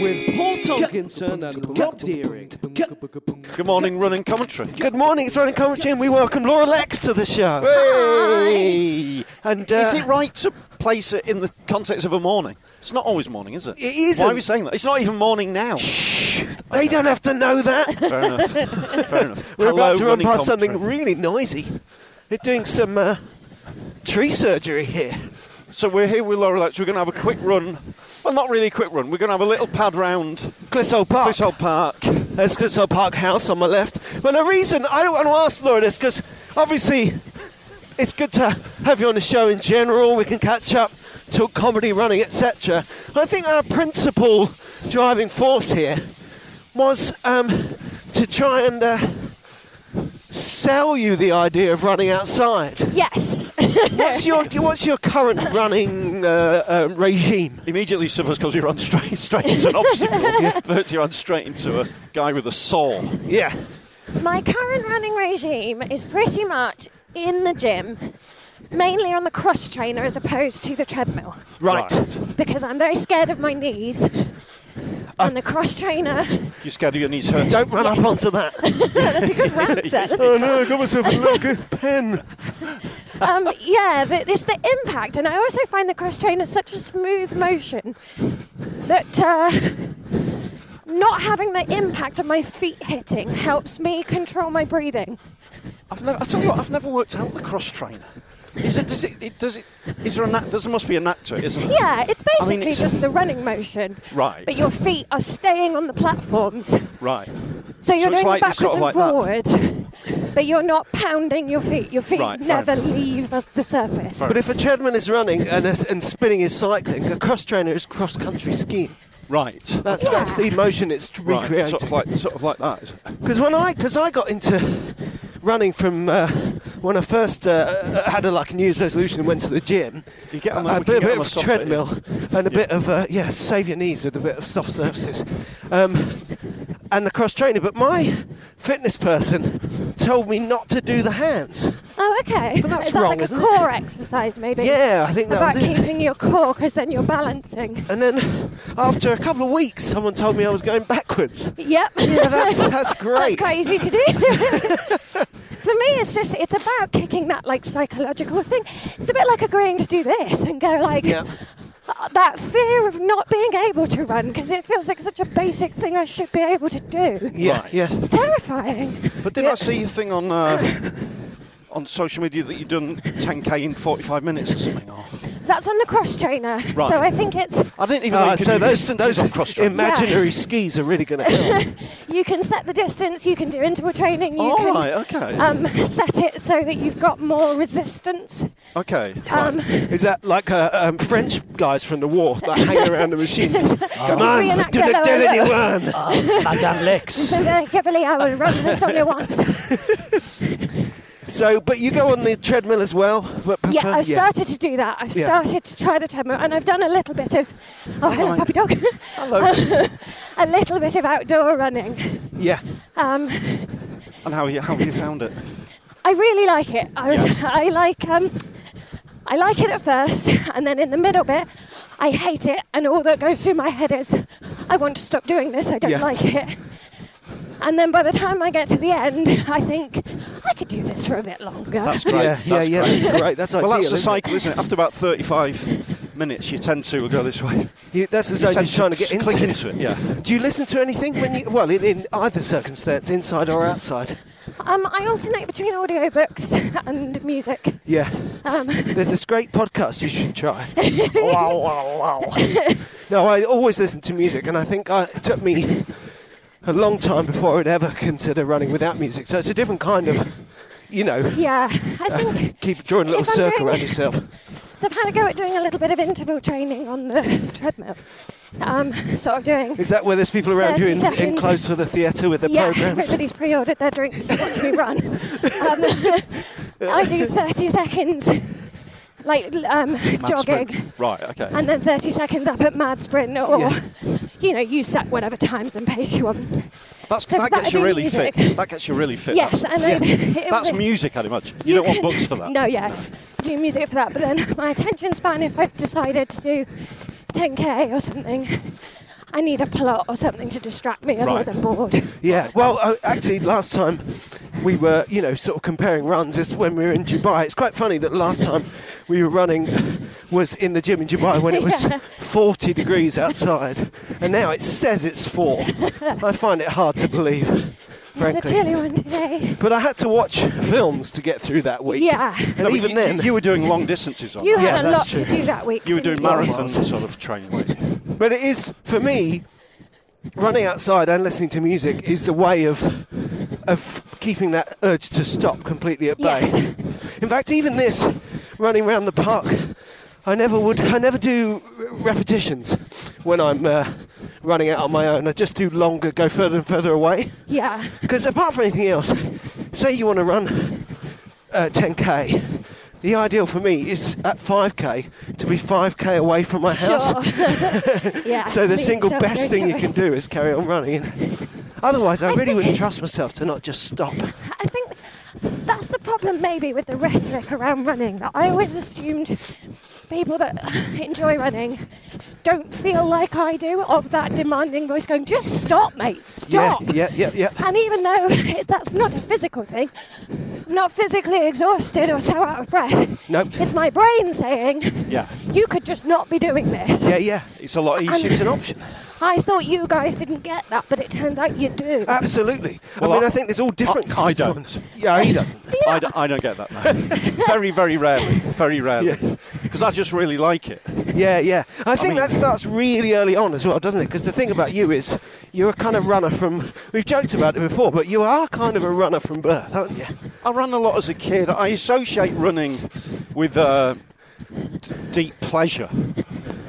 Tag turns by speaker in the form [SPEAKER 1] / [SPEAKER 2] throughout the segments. [SPEAKER 1] With Paul Tolkinson and Rob Deering.
[SPEAKER 2] Good morning, running commentary.
[SPEAKER 3] Good morning, it's Ronan Commentary, and we welcome Laura Lex to the show.
[SPEAKER 2] Hey!
[SPEAKER 3] And uh,
[SPEAKER 2] Is it right to place it in the context of a morning? It's not always morning, is it?
[SPEAKER 3] It isn't.
[SPEAKER 2] Why are we saying that? It's not even morning now.
[SPEAKER 3] They don't have to know that.
[SPEAKER 2] Fair enough. Fair enough.
[SPEAKER 3] We're
[SPEAKER 2] Hello,
[SPEAKER 3] about to run
[SPEAKER 2] running
[SPEAKER 3] past something
[SPEAKER 2] commentary.
[SPEAKER 3] really noisy. They're doing some uh, tree surgery here.
[SPEAKER 2] So we're here with Laura Lex. We're going to have a quick run. Well, not really a quick run. We're going to have a little pad round
[SPEAKER 3] Clissold Park.
[SPEAKER 2] Clissold Park.
[SPEAKER 3] There's Clissold Park House on my left. But the reason I don't want to ask Laura this, because obviously it's good to have you on the show in general. We can catch up, talk comedy, running, etc. But I think our principal driving force here was um, to try and uh, sell you the idea of running outside.
[SPEAKER 4] Yes.
[SPEAKER 3] What's your What's your current running uh, uh, regime?
[SPEAKER 2] Immediately suffers because you run straight, straight into an obstacle. But you run straight into a guy with a saw.
[SPEAKER 3] Yeah.
[SPEAKER 4] My current running regime is pretty much in the gym, mainly on the cross trainer as opposed to the treadmill,
[SPEAKER 3] Right.
[SPEAKER 4] because I'm very scared of my knees.
[SPEAKER 2] Uh.
[SPEAKER 4] And the cross trainer.
[SPEAKER 2] You're scared of your knees hurting.
[SPEAKER 3] Don't run up onto that.
[SPEAKER 4] That's a good rant there. That's a-
[SPEAKER 3] Oh, no, I got myself a little good pen.
[SPEAKER 4] um, yeah, the, it's the impact, and I also find the cross trainer such a smooth motion that uh, not having the impact of my feet hitting helps me control my breathing.
[SPEAKER 2] I've never, I tell you what, I've never worked out the cross trainer. Is it? Does it? it does it? Is there a knack? There must be a knack to it, isn't there?
[SPEAKER 4] Yeah, it's
[SPEAKER 2] I
[SPEAKER 4] basically
[SPEAKER 2] mean, it's-
[SPEAKER 4] just the running motion.
[SPEAKER 2] Right.
[SPEAKER 4] But your feet are staying on the platforms.
[SPEAKER 2] Right.
[SPEAKER 4] So you're
[SPEAKER 2] it's
[SPEAKER 4] doing
[SPEAKER 2] like-
[SPEAKER 4] backwards
[SPEAKER 2] it's sort
[SPEAKER 4] and
[SPEAKER 2] of like
[SPEAKER 4] forwards. But you're not pounding your feet. Your feet
[SPEAKER 2] Right, fair
[SPEAKER 4] never
[SPEAKER 2] enough.
[SPEAKER 4] leave of the surface.
[SPEAKER 3] But if a treadmill is running and, is- and spinning is cycling, a cross trainer is cross country skiing.
[SPEAKER 2] Right.
[SPEAKER 3] That's, that's the motion it's
[SPEAKER 2] Right.
[SPEAKER 3] recreating.
[SPEAKER 2] Sort of like, sort of like that. is it?
[SPEAKER 3] Because when I, cause I got into running from uh, when I first uh, had a like New Year's resolution and went to the gym,
[SPEAKER 2] You get on the-
[SPEAKER 3] a
[SPEAKER 2] we
[SPEAKER 3] bit,
[SPEAKER 2] can get
[SPEAKER 3] bit
[SPEAKER 2] on
[SPEAKER 3] of
[SPEAKER 2] the soft bit,
[SPEAKER 3] treadmill and a bit of uh, yeah, save your knees with a bit of soft surfaces, um, and the cross trainer. But my fitness person told me not to do the hands.
[SPEAKER 4] Oh, okay.
[SPEAKER 3] But that's
[SPEAKER 4] Is that
[SPEAKER 3] wrong,
[SPEAKER 4] like a
[SPEAKER 3] isn't it?
[SPEAKER 4] core exercise, maybe?
[SPEAKER 3] Yeah, I think that
[SPEAKER 4] About
[SPEAKER 3] was it.
[SPEAKER 4] keeping your core, because then you're balancing.
[SPEAKER 3] And then after a couple of weeks, someone told me I was going backwards.
[SPEAKER 4] Yep.
[SPEAKER 3] Yeah, that's that's
[SPEAKER 4] That's
[SPEAKER 3] great.
[SPEAKER 4] quite easy to do. For me, it's just it's about kicking that like psychological thing. It's a bit like agreeing to do this and go like
[SPEAKER 3] Yeah.
[SPEAKER 4] uh, that fear of not being able to run because it feels like such a basic thing I should be able to do.
[SPEAKER 3] Yeah,
[SPEAKER 2] Right.
[SPEAKER 3] yeah.
[SPEAKER 4] It's terrifying.
[SPEAKER 2] But did I see a thing on uh, on social media that you've done 10k in 45 minutes or something? Or
[SPEAKER 4] That's on the cross trainer,
[SPEAKER 2] Right.
[SPEAKER 4] so I think it's
[SPEAKER 2] I didn't even know
[SPEAKER 3] Uh,
[SPEAKER 2] you could
[SPEAKER 3] so
[SPEAKER 2] do
[SPEAKER 3] those,
[SPEAKER 2] distances
[SPEAKER 3] those
[SPEAKER 2] on cross trainer.
[SPEAKER 3] imaginary skis are really going to help.
[SPEAKER 4] you can set the distance, you can do interval training, you
[SPEAKER 2] All
[SPEAKER 4] can
[SPEAKER 2] right. Okay.
[SPEAKER 4] um, set it so that you've got more resistance.
[SPEAKER 2] okay. Right.
[SPEAKER 4] Um,
[SPEAKER 3] Is that like uh, um, French guys from the war that hang around the machine? Come on,
[SPEAKER 4] Reenact
[SPEAKER 3] do the
[SPEAKER 4] it,
[SPEAKER 3] tell
[SPEAKER 4] Laura.
[SPEAKER 3] anyone.
[SPEAKER 1] Madame Lex.
[SPEAKER 4] So then, heavily, I will run this only once.
[SPEAKER 3] So, but you go on the treadmill as well. But
[SPEAKER 4] Yeah,
[SPEAKER 3] prefer-
[SPEAKER 4] I've started to do that. I've
[SPEAKER 3] Yeah.
[SPEAKER 4] started to try the treadmill, and I've done a little bit of oh, hello,
[SPEAKER 2] Hi.
[SPEAKER 4] puppy dog.
[SPEAKER 2] Hello.
[SPEAKER 4] a little bit of outdoor running.
[SPEAKER 3] Yeah.
[SPEAKER 4] Um,
[SPEAKER 2] And how you, how have you found it?
[SPEAKER 4] I really like it. I, was,
[SPEAKER 2] Yeah.
[SPEAKER 4] I like um, I like it at first, and then in the middle bit, I hate it, and all that goes through my head is, I want to stop doing this. I don't
[SPEAKER 3] Yeah.
[SPEAKER 4] like it. And then by the time I get to the end, I think I could do this for a bit longer.
[SPEAKER 2] That's great.
[SPEAKER 3] Yeah, yeah,
[SPEAKER 2] that's
[SPEAKER 3] yeah.
[SPEAKER 2] Great.
[SPEAKER 3] That's great. That's
[SPEAKER 2] well, that's
[SPEAKER 3] ideal,
[SPEAKER 2] the
[SPEAKER 3] isn't it?
[SPEAKER 2] cycle, isn't it? After about 35 minutes, you tend to go this way.
[SPEAKER 3] You, that's the
[SPEAKER 2] You
[SPEAKER 3] zone you're
[SPEAKER 2] tend
[SPEAKER 3] trying to get
[SPEAKER 2] just
[SPEAKER 3] into.
[SPEAKER 2] click into it. Yeah.
[SPEAKER 3] Do you listen to anything when you? Well, in, in either circumstance, inside or outside.
[SPEAKER 4] Um, I alternate between audiobooks and music.
[SPEAKER 3] Yeah.
[SPEAKER 4] Um,
[SPEAKER 3] There's this great podcast you should try. wow, wow, wow. No, I always listen to music, and I think I, it took me a long time before I'd ever consider running without music. So it's a different kind of, you know,
[SPEAKER 4] yeah, I think
[SPEAKER 3] keep drawing a little
[SPEAKER 4] If I'm
[SPEAKER 3] circle
[SPEAKER 4] doing-
[SPEAKER 3] around yourself.
[SPEAKER 4] so. I've had a go at doing a little bit of interval training on the treadmill. Um, sort of doing.
[SPEAKER 3] Is that where there's people around you
[SPEAKER 4] 30
[SPEAKER 3] in,
[SPEAKER 4] seconds.
[SPEAKER 3] enclosed for the theatre with their
[SPEAKER 4] yeah,
[SPEAKER 3] programs?
[SPEAKER 4] everybody's pre-ordered their drinks to watch me run. Um, I do 30 seconds, like l- um,
[SPEAKER 2] Mad
[SPEAKER 4] jogging,
[SPEAKER 2] sprint. Right. Okay.
[SPEAKER 4] and then 30 seconds up at mad sprint, or
[SPEAKER 3] Yeah.
[SPEAKER 4] you know, you set whatever times and pace you want.
[SPEAKER 2] that's,
[SPEAKER 4] so
[SPEAKER 2] that
[SPEAKER 4] that I
[SPEAKER 2] gets you
[SPEAKER 4] do
[SPEAKER 2] really
[SPEAKER 4] music.
[SPEAKER 2] fit. That gets you really fit.
[SPEAKER 4] Yes,
[SPEAKER 2] That's,
[SPEAKER 4] and I, it
[SPEAKER 2] that's
[SPEAKER 4] was-
[SPEAKER 2] music, I'd imagine. You, don't want
[SPEAKER 4] can-
[SPEAKER 2] books for that.
[SPEAKER 4] No, yeah. Do music for that, but then my attention span, if I've decided to do 10k or something, I need a plot or something to distract me, otherwise
[SPEAKER 2] Right.
[SPEAKER 4] I'm bored.
[SPEAKER 3] Yeah. Well, uh, actually, last time we were, you know, sort of comparing runs. Is when we were in Dubai. It's quite funny that last time we were running was in the gym in Dubai when it was
[SPEAKER 4] Yeah.
[SPEAKER 3] 40 degrees outside, and now it says it's four. I find it hard to believe,
[SPEAKER 4] It's a chilly
[SPEAKER 3] frankly.
[SPEAKER 4] one today.
[SPEAKER 3] But I had to watch films to get through that week.
[SPEAKER 4] Yeah.
[SPEAKER 3] And
[SPEAKER 2] No, but
[SPEAKER 3] even
[SPEAKER 2] you,
[SPEAKER 3] then,
[SPEAKER 2] you were doing long distances on.
[SPEAKER 4] You
[SPEAKER 2] that.
[SPEAKER 3] Yeah,
[SPEAKER 4] had a
[SPEAKER 3] that's
[SPEAKER 4] lot
[SPEAKER 3] true.
[SPEAKER 4] to do that week.
[SPEAKER 2] you were doing
[SPEAKER 4] didn't
[SPEAKER 2] marathon sort of training. weren't you?
[SPEAKER 3] But it is for me. Running outside and listening to music is the way of of keeping that urge to stop completely at bay.
[SPEAKER 4] Yes.
[SPEAKER 3] In fact, even this running around the park, I never would. I never do repetitions when I'm uh, running out on my own. I just do longer, go further and further away.
[SPEAKER 4] Yeah.
[SPEAKER 3] Because apart from anything else, say you want to run uh, 10k, the ideal for me is at 5k to be 5k away from my house.
[SPEAKER 4] Sure. yeah.
[SPEAKER 3] So the
[SPEAKER 4] Me
[SPEAKER 3] single
[SPEAKER 4] too,
[SPEAKER 3] best
[SPEAKER 4] don't
[SPEAKER 3] thing you
[SPEAKER 4] worry.
[SPEAKER 3] can do is carry on running. Otherwise, I really
[SPEAKER 4] think-
[SPEAKER 3] wouldn't trust myself to not just stop.
[SPEAKER 4] I think that's the problem, maybe, with the rhetoric around running. That I always assumed people that enjoy running don't feel like I do of that demanding voice going, just stop, mate, stop.
[SPEAKER 3] Yeah, yeah, yeah, yeah.
[SPEAKER 4] And even though it- that's not a physical thing, I'm not physically exhausted or so out of breath.
[SPEAKER 3] Nope.
[SPEAKER 4] It's my brain saying,
[SPEAKER 2] Yeah.
[SPEAKER 4] you could just not be doing this.
[SPEAKER 3] Yeah, yeah.
[SPEAKER 2] It's a lot easier.
[SPEAKER 3] It's an option.
[SPEAKER 4] I thought you guys didn't get that, but it turns out you do.
[SPEAKER 3] Uh, Absolutely.
[SPEAKER 2] Well,
[SPEAKER 3] I mean,
[SPEAKER 2] I-
[SPEAKER 3] I think there's all different
[SPEAKER 2] I- I
[SPEAKER 3] kinds of
[SPEAKER 2] don't.
[SPEAKER 3] ones. Yeah, he doesn't.
[SPEAKER 2] I, d- I don't get that. No. very, very rarely. Very rarely.
[SPEAKER 3] Yeah.
[SPEAKER 2] Because I just really like it.
[SPEAKER 3] Yeah, yeah. I think
[SPEAKER 2] mean-
[SPEAKER 3] that starts really early on as well, doesn't it? Because the thing about you is you're a kind of runner from. We've joked about it before, but you are kind of a runner from birth, aren't you?
[SPEAKER 2] I ran a lot as a kid. I associate running with uh, d- deep pleasure.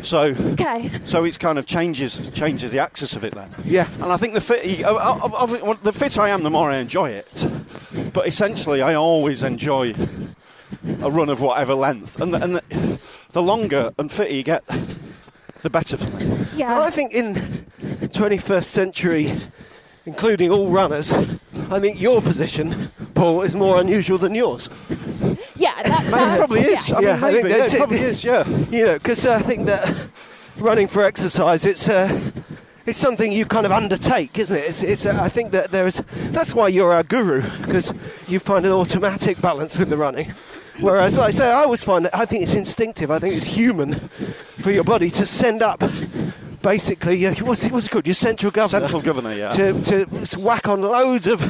[SPEAKER 2] So,
[SPEAKER 4] Okay.
[SPEAKER 2] so it kind of changes changes the axis of it then.
[SPEAKER 3] Yeah.
[SPEAKER 2] And I think the fit, I, I, I, well, the fit I am, the more I enjoy it. But essentially, I always enjoy a run of whatever length, and the, and the, the longer and fitter you get, the better for me.
[SPEAKER 4] Yeah.
[SPEAKER 3] Well, I think in 21st century, including all runners, I think your position, Paul, is more unusual than yours.
[SPEAKER 4] yeah, that sounds,
[SPEAKER 2] It probably is.
[SPEAKER 4] yeah.
[SPEAKER 2] I mean,
[SPEAKER 3] Yeah, I think
[SPEAKER 2] maybe. yeah,
[SPEAKER 3] that's
[SPEAKER 2] it
[SPEAKER 3] it.
[SPEAKER 2] probably is. Yeah.
[SPEAKER 3] You know, because I think that running for exercise, it's uh, it's something you kind of undertake, isn't it? It's, it's uh, I think that there is that's why you're our guru because you find an automatic balance with the running. Whereas, like I say, I always find that I think it's instinctive. I think it's human for your body to send up, basically, uh, what's it, what's it called? Your central governor.
[SPEAKER 2] Central governor, yeah.
[SPEAKER 3] To, to, to whack on loads of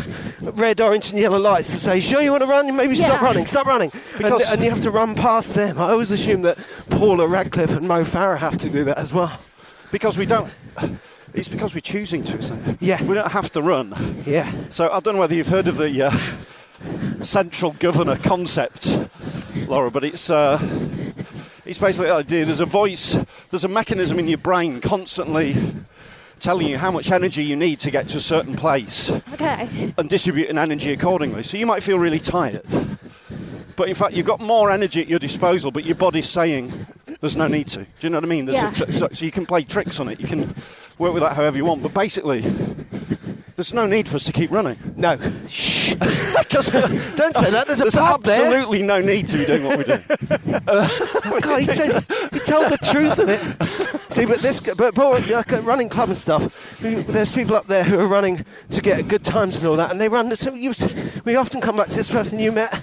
[SPEAKER 3] red, orange, and yellow lights to say, "Sure, you want to run? Maybe stop
[SPEAKER 4] Yeah.
[SPEAKER 3] running. Stop running."
[SPEAKER 2] Because-
[SPEAKER 3] and, and you have to run past them. I always assume that Paula Radcliffe and Mo Farah have to do that as well.
[SPEAKER 2] Because we don't. It's because we're choosing to, isn't it?
[SPEAKER 3] Yeah.
[SPEAKER 2] We don't have to run.
[SPEAKER 3] Yeah.
[SPEAKER 2] So I don't know whether you've heard of the uh, central governor concept, Laura, but it's uh, it's basically the idea there's a voice, there's a mechanism in your brain constantly telling you how much energy you need to get to a certain place
[SPEAKER 4] Okay.
[SPEAKER 2] and distributing energy accordingly. So you might feel really tired, But in fact, you've got more energy at your disposal, but your body's saying there's no need to. Do you know what I mean? There's a-
[SPEAKER 4] Yeah.
[SPEAKER 2] so, so you can play tricks on it. You can work with that however you want. But basically, there's no need for us to keep running.
[SPEAKER 3] No. Shh. uh, Don't say that. There's a pub there.
[SPEAKER 2] absolutely no need to be doing what we do.
[SPEAKER 3] God, he, said, he told the truth in it. See, but this, but, but like, uh, running club and stuff, there's people up there who are running to get good times and all that, and they run. So you, we often come back to this person you met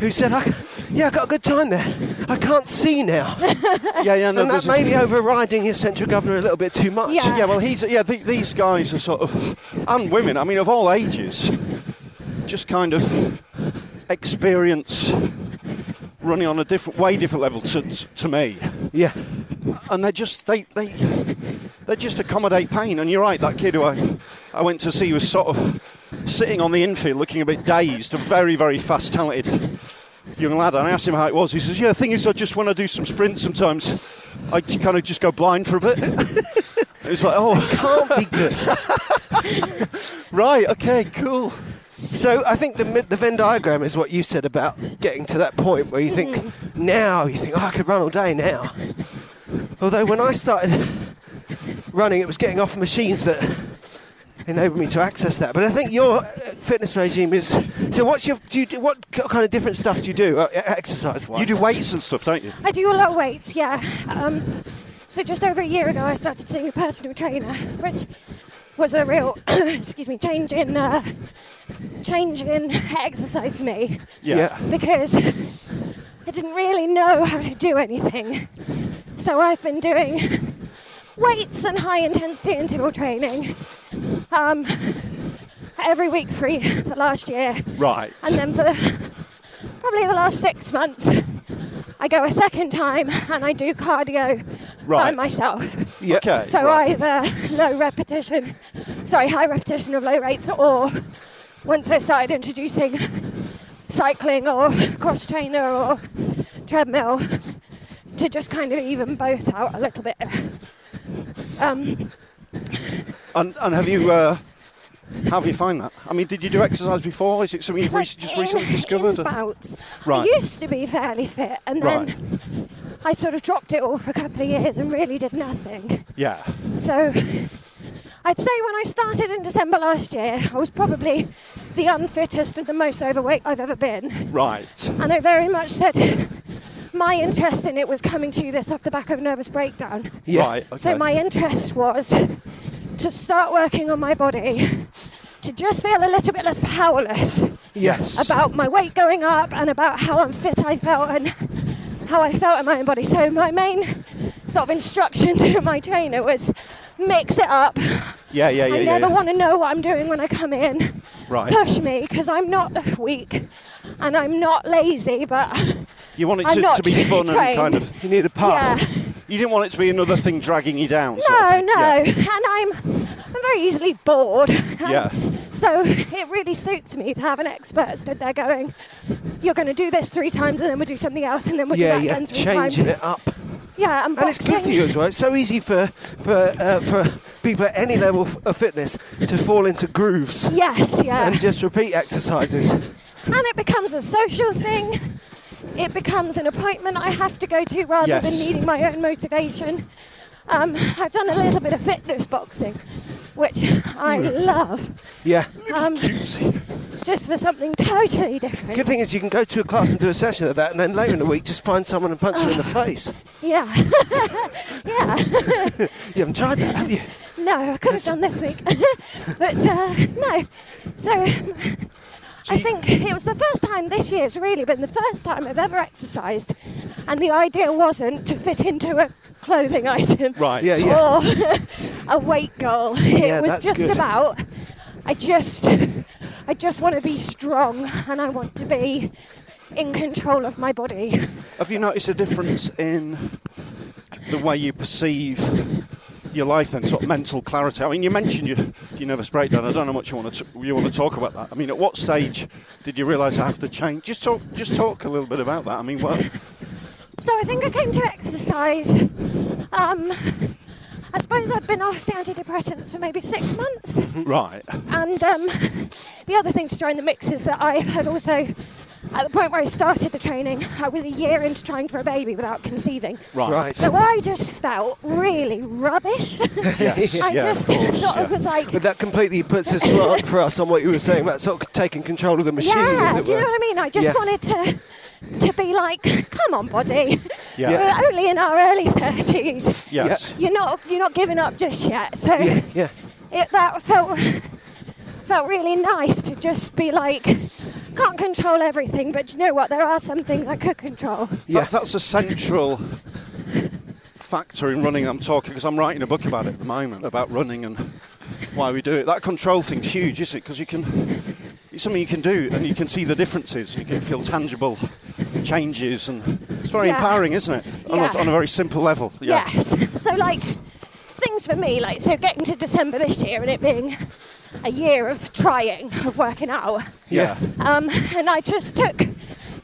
[SPEAKER 3] who said, I, Yeah, I got a good time there. I can't see now.
[SPEAKER 2] yeah, yeah. No,
[SPEAKER 3] and that
[SPEAKER 2] there's-
[SPEAKER 3] may be overriding your central governor a little bit too much.
[SPEAKER 4] Yeah.
[SPEAKER 2] Yeah, well, he's yeah. The, these guys are sort of, and women. I mean, of all ages, just kind of experience running on a different, way different level to to me.
[SPEAKER 3] Yeah.
[SPEAKER 2] And they just they they they just accommodate pain. And you're right, that kid who I I went to see was sort of sitting on the infield, looking a bit dazed, a very very fast, talented young lad. And I asked him how it was. He says, "Yeah, the thing is, I just when I do some sprints, sometimes I kind of just go blind for a bit." it was like, oh.
[SPEAKER 3] Can't be good.
[SPEAKER 2] Right, okay, cool.
[SPEAKER 3] So I think the mid- the Venn diagram is what you said about getting to that point where you think
[SPEAKER 2] Mm-hmm.
[SPEAKER 3] now you think oh, I could run all day now. Although when I started running, it was getting off machines that enabled me to access that. But I think your uh, fitness regime is so. What's your do you do, what k- kind of different stuff do you do uh, exercise wise?
[SPEAKER 2] You do weights and stuff, don't you?
[SPEAKER 4] I do a lot of weights, yeah. Um, so just over a year ago, I started seeing a personal trainer, which was a real, excuse me, change in, uh, change in exercise for me
[SPEAKER 3] Yeah.
[SPEAKER 4] because I didn't really know how to do anything. So I've been doing weights and high intensity interval training um, every week for e- the last year.
[SPEAKER 2] Right.
[SPEAKER 4] And then for probably the last six months, I go a second time and I do cardio by
[SPEAKER 2] Right.
[SPEAKER 4] myself.
[SPEAKER 2] Yeah. Okay.
[SPEAKER 4] So
[SPEAKER 2] right.
[SPEAKER 4] either low repetition, sorry, high repetition of low rates, or once I started introducing cycling or cross trainer or treadmill to just kind of even both out a little bit. Um,
[SPEAKER 2] And, and have you uh, how have you found that? I mean, did you do exercise before? Is it something you've
[SPEAKER 4] like
[SPEAKER 2] rec- just recently
[SPEAKER 4] in-
[SPEAKER 2] discovered?
[SPEAKER 4] in bouts.
[SPEAKER 2] Right.
[SPEAKER 4] I used to be fairly fit, and then
[SPEAKER 2] Right.
[SPEAKER 4] I sort of dropped it all for a couple of years and really did nothing.
[SPEAKER 2] Yeah.
[SPEAKER 4] So I'd say when I started in December last year, I was probably the unfittest and the most overweight I've ever been.
[SPEAKER 2] Right.
[SPEAKER 4] And I very much said my interest in it was coming to this off the back of a nervous breakdown.
[SPEAKER 3] Yeah.
[SPEAKER 2] Right. Okay.
[SPEAKER 4] So my interest was to start working on my body, to just feel a little bit less powerless
[SPEAKER 3] Yes.
[SPEAKER 4] about my weight going up and about how unfit I felt and how I felt in my own body. So my main sort of instruction to my trainer was mix it up.
[SPEAKER 2] yeah, yeah, yeah,
[SPEAKER 4] I
[SPEAKER 2] yeah.
[SPEAKER 4] never
[SPEAKER 2] yeah.
[SPEAKER 4] want to know what I'm doing when I come in.
[SPEAKER 2] Right.
[SPEAKER 4] Push me because I'm not weak and I'm not lazy, but
[SPEAKER 2] You want it
[SPEAKER 4] I'm
[SPEAKER 2] to,
[SPEAKER 4] not
[SPEAKER 2] to be fun and
[SPEAKER 4] trained.
[SPEAKER 2] kind of.
[SPEAKER 3] you need a
[SPEAKER 4] yeah.
[SPEAKER 2] Ah.
[SPEAKER 3] path.
[SPEAKER 2] You didn't want it to be another thing dragging you down. sort of
[SPEAKER 4] No,
[SPEAKER 2] thing.
[SPEAKER 4] no.
[SPEAKER 2] Yeah.
[SPEAKER 4] And I'm, I'm very easily bored.
[SPEAKER 2] Yeah.
[SPEAKER 4] So it really suits me to have an expert stood there going, you're going to do this three times and then we'll do something else and then we'll do
[SPEAKER 3] Yeah,
[SPEAKER 4] that
[SPEAKER 3] yeah,
[SPEAKER 4] again three times.
[SPEAKER 3] changing it up.
[SPEAKER 4] Yeah, and,
[SPEAKER 3] And it's good for
[SPEAKER 4] boxing.
[SPEAKER 3] you as well. It's so easy for for uh, for people at any level f- of fitness to fall into grooves
[SPEAKER 4] Yes, yeah.
[SPEAKER 3] and just repeat exercises.
[SPEAKER 4] And it becomes a social thing. It becomes an appointment I have to go to rather
[SPEAKER 2] Yes.
[SPEAKER 4] than needing my own motivation. Um, I've done a little bit of fitness boxing, which I
[SPEAKER 3] Hmm.
[SPEAKER 4] love,
[SPEAKER 3] Yeah.
[SPEAKER 4] um, just for something totally different.
[SPEAKER 3] Good thing is you can go to a class and do a session of that, and then later in the week just find someone and punch them in the face.
[SPEAKER 4] Yeah, yeah.
[SPEAKER 3] You haven't tried that, have you?
[SPEAKER 4] No, I could have done this week, but uh, no. So um, I think it was the first time this year. It's really been the first time I've ever exercised, and the idea wasn't to fit into a clothing item
[SPEAKER 2] Right.
[SPEAKER 3] Yeah, yeah.
[SPEAKER 4] or a weight goal. It
[SPEAKER 3] Yeah,
[SPEAKER 4] was
[SPEAKER 3] that's
[SPEAKER 4] just
[SPEAKER 3] good.
[SPEAKER 4] about. I just, I just want to be strong, and I want to be in control of my body.
[SPEAKER 2] Have you noticed a difference in the way you perceive your life then, sort of mental clarity? I mean, you mentioned your, your nervous breakdown. I don't know much you want to t- you want to talk about that. I mean, at what stage did you realise I have to change? Just talk, just talk a little bit about that. I mean, what?
[SPEAKER 4] So I think I came to exercise. Um, I suppose I've been off the antidepressants for maybe six months.
[SPEAKER 2] Right.
[SPEAKER 4] And um, the other thing to join the mix is that I had also At the point where I started the training, I was a year into trying for a baby without conceiving.
[SPEAKER 2] Right.
[SPEAKER 3] Right.
[SPEAKER 4] So I just felt really rubbish.
[SPEAKER 2] Yes.
[SPEAKER 4] I
[SPEAKER 2] yeah,
[SPEAKER 4] just
[SPEAKER 2] of course,
[SPEAKER 4] sort
[SPEAKER 2] yeah.
[SPEAKER 4] of was like,
[SPEAKER 3] But that completely puts a slant for us on what you were saying about sort of taking control of the machine. as
[SPEAKER 4] yeah,
[SPEAKER 3] it
[SPEAKER 4] do you
[SPEAKER 3] were.
[SPEAKER 4] know what I mean? I just
[SPEAKER 3] Yeah.
[SPEAKER 4] wanted to to be like, come on, body.
[SPEAKER 2] Yeah.
[SPEAKER 4] We're only in our early thirties.
[SPEAKER 2] Yes.
[SPEAKER 4] You're not you're not giving up just yet. So
[SPEAKER 3] Yeah,
[SPEAKER 4] it, that felt felt really nice to just be like, can't control everything, but do you know what? There are some things I could control.
[SPEAKER 3] yeah.
[SPEAKER 2] That, that's a central factor in running. I'm talking because I'm writing a book about it at the moment about running and why we do it. That control thing's huge, isn't it? Because you can, it's something you can do, and you can see the differences. You can feel tangible changes, and it's very
[SPEAKER 4] Yeah.
[SPEAKER 2] empowering, isn't it? On,
[SPEAKER 4] Yeah.
[SPEAKER 2] a, on a very simple level. Yeah.
[SPEAKER 4] Yes. So like things for me, like so getting to December this year and it being a year of trying, of working out.
[SPEAKER 2] Yeah.
[SPEAKER 4] Um, and I just took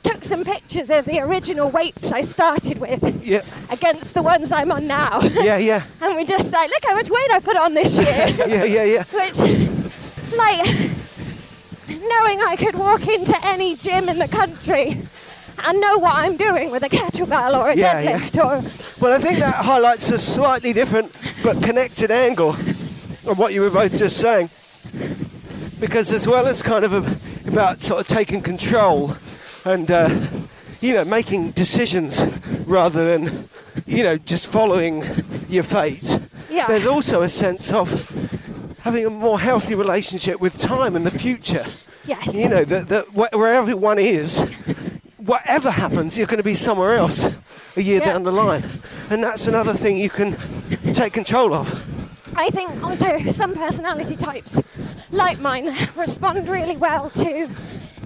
[SPEAKER 4] took some pictures of the original weights I started with
[SPEAKER 3] Yeah.
[SPEAKER 4] against the ones I'm on now.
[SPEAKER 3] yeah, yeah,
[SPEAKER 4] and we just like, look how much weight I put on this year.
[SPEAKER 3] yeah, yeah, yeah.
[SPEAKER 4] Which, like, knowing I could walk into any gym in the country and know what I'm doing with a kettlebell or a
[SPEAKER 3] Yeah, yeah.
[SPEAKER 4] deadlift or
[SPEAKER 3] Well, I think that highlights a slightly different but connected angle of what you were both just saying. Because as well as kind of a, about sort of taking control and, uh, you know, making decisions rather than, you know, just following your fate,
[SPEAKER 4] Yeah.
[SPEAKER 3] there's also a sense of having a more healthy relationship with time and the future.
[SPEAKER 4] yes.
[SPEAKER 3] You know, that, that wh- wherever one is, whatever happens, you're going to be somewhere else a year
[SPEAKER 4] Yeah.
[SPEAKER 3] down the line. And that's another thing you can take control of.
[SPEAKER 4] I think also some personality types, like mine, respond really well to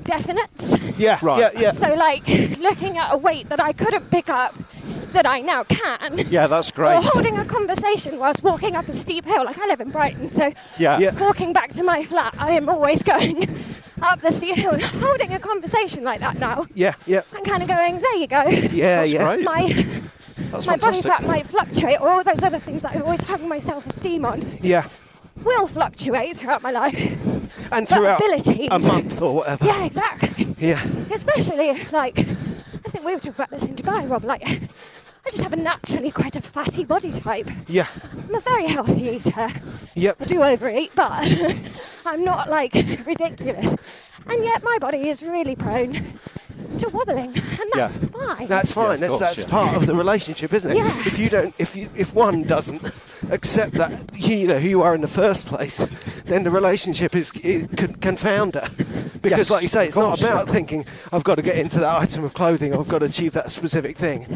[SPEAKER 4] definites.
[SPEAKER 3] Yeah,
[SPEAKER 2] Right.
[SPEAKER 3] Yeah, yeah.
[SPEAKER 4] So, like, looking at a weight that I couldn't pick up that I now can.
[SPEAKER 2] Yeah, that's great.
[SPEAKER 4] Or holding a conversation whilst walking up a steep hill. Like, I live in Brighton, so
[SPEAKER 2] Yeah.
[SPEAKER 3] Yeah.
[SPEAKER 4] walking back to my flat, I am always going up the steep hill. Holding a conversation like that now,
[SPEAKER 3] yeah, yeah,
[SPEAKER 4] I'm kind of going, there you go.
[SPEAKER 3] yeah,
[SPEAKER 2] That's
[SPEAKER 3] yeah.
[SPEAKER 2] great.
[SPEAKER 4] My,
[SPEAKER 2] That's
[SPEAKER 4] my body
[SPEAKER 2] fantastic.
[SPEAKER 4] fat might fluctuate, or all those other things that I've always hung my self esteem on
[SPEAKER 3] Yeah.
[SPEAKER 4] will fluctuate throughout my life.
[SPEAKER 3] And
[SPEAKER 4] But
[SPEAKER 3] throughout
[SPEAKER 4] abilities.
[SPEAKER 3] a month or whatever.
[SPEAKER 4] Yeah, exactly.
[SPEAKER 3] Yeah.
[SPEAKER 4] Especially if, like, I think we were talking about this in Dubai, Rob. Like, I just have a naturally quite a fatty body type.
[SPEAKER 3] Yeah.
[SPEAKER 4] I'm a very healthy eater. I
[SPEAKER 3] Yep.
[SPEAKER 4] do overeat, but I'm not like ridiculous. And yet, my body is really prone to wobbling, and
[SPEAKER 2] Yeah.
[SPEAKER 4] that's fine.
[SPEAKER 3] That's fine. that's
[SPEAKER 2] course,
[SPEAKER 3] that's
[SPEAKER 2] yeah.
[SPEAKER 3] part of the relationship, isn't it?
[SPEAKER 4] Yeah.
[SPEAKER 3] If you don't, if you, if one doesn't accept that you know who you are in the first place, then the relationship is it can, can founder. Because,
[SPEAKER 2] Yes,
[SPEAKER 3] like you say, it's
[SPEAKER 2] of
[SPEAKER 3] not
[SPEAKER 2] course,
[SPEAKER 3] about
[SPEAKER 2] yeah.
[SPEAKER 3] thinking I've got to get into that item of clothing, I've got to achieve that specific thing.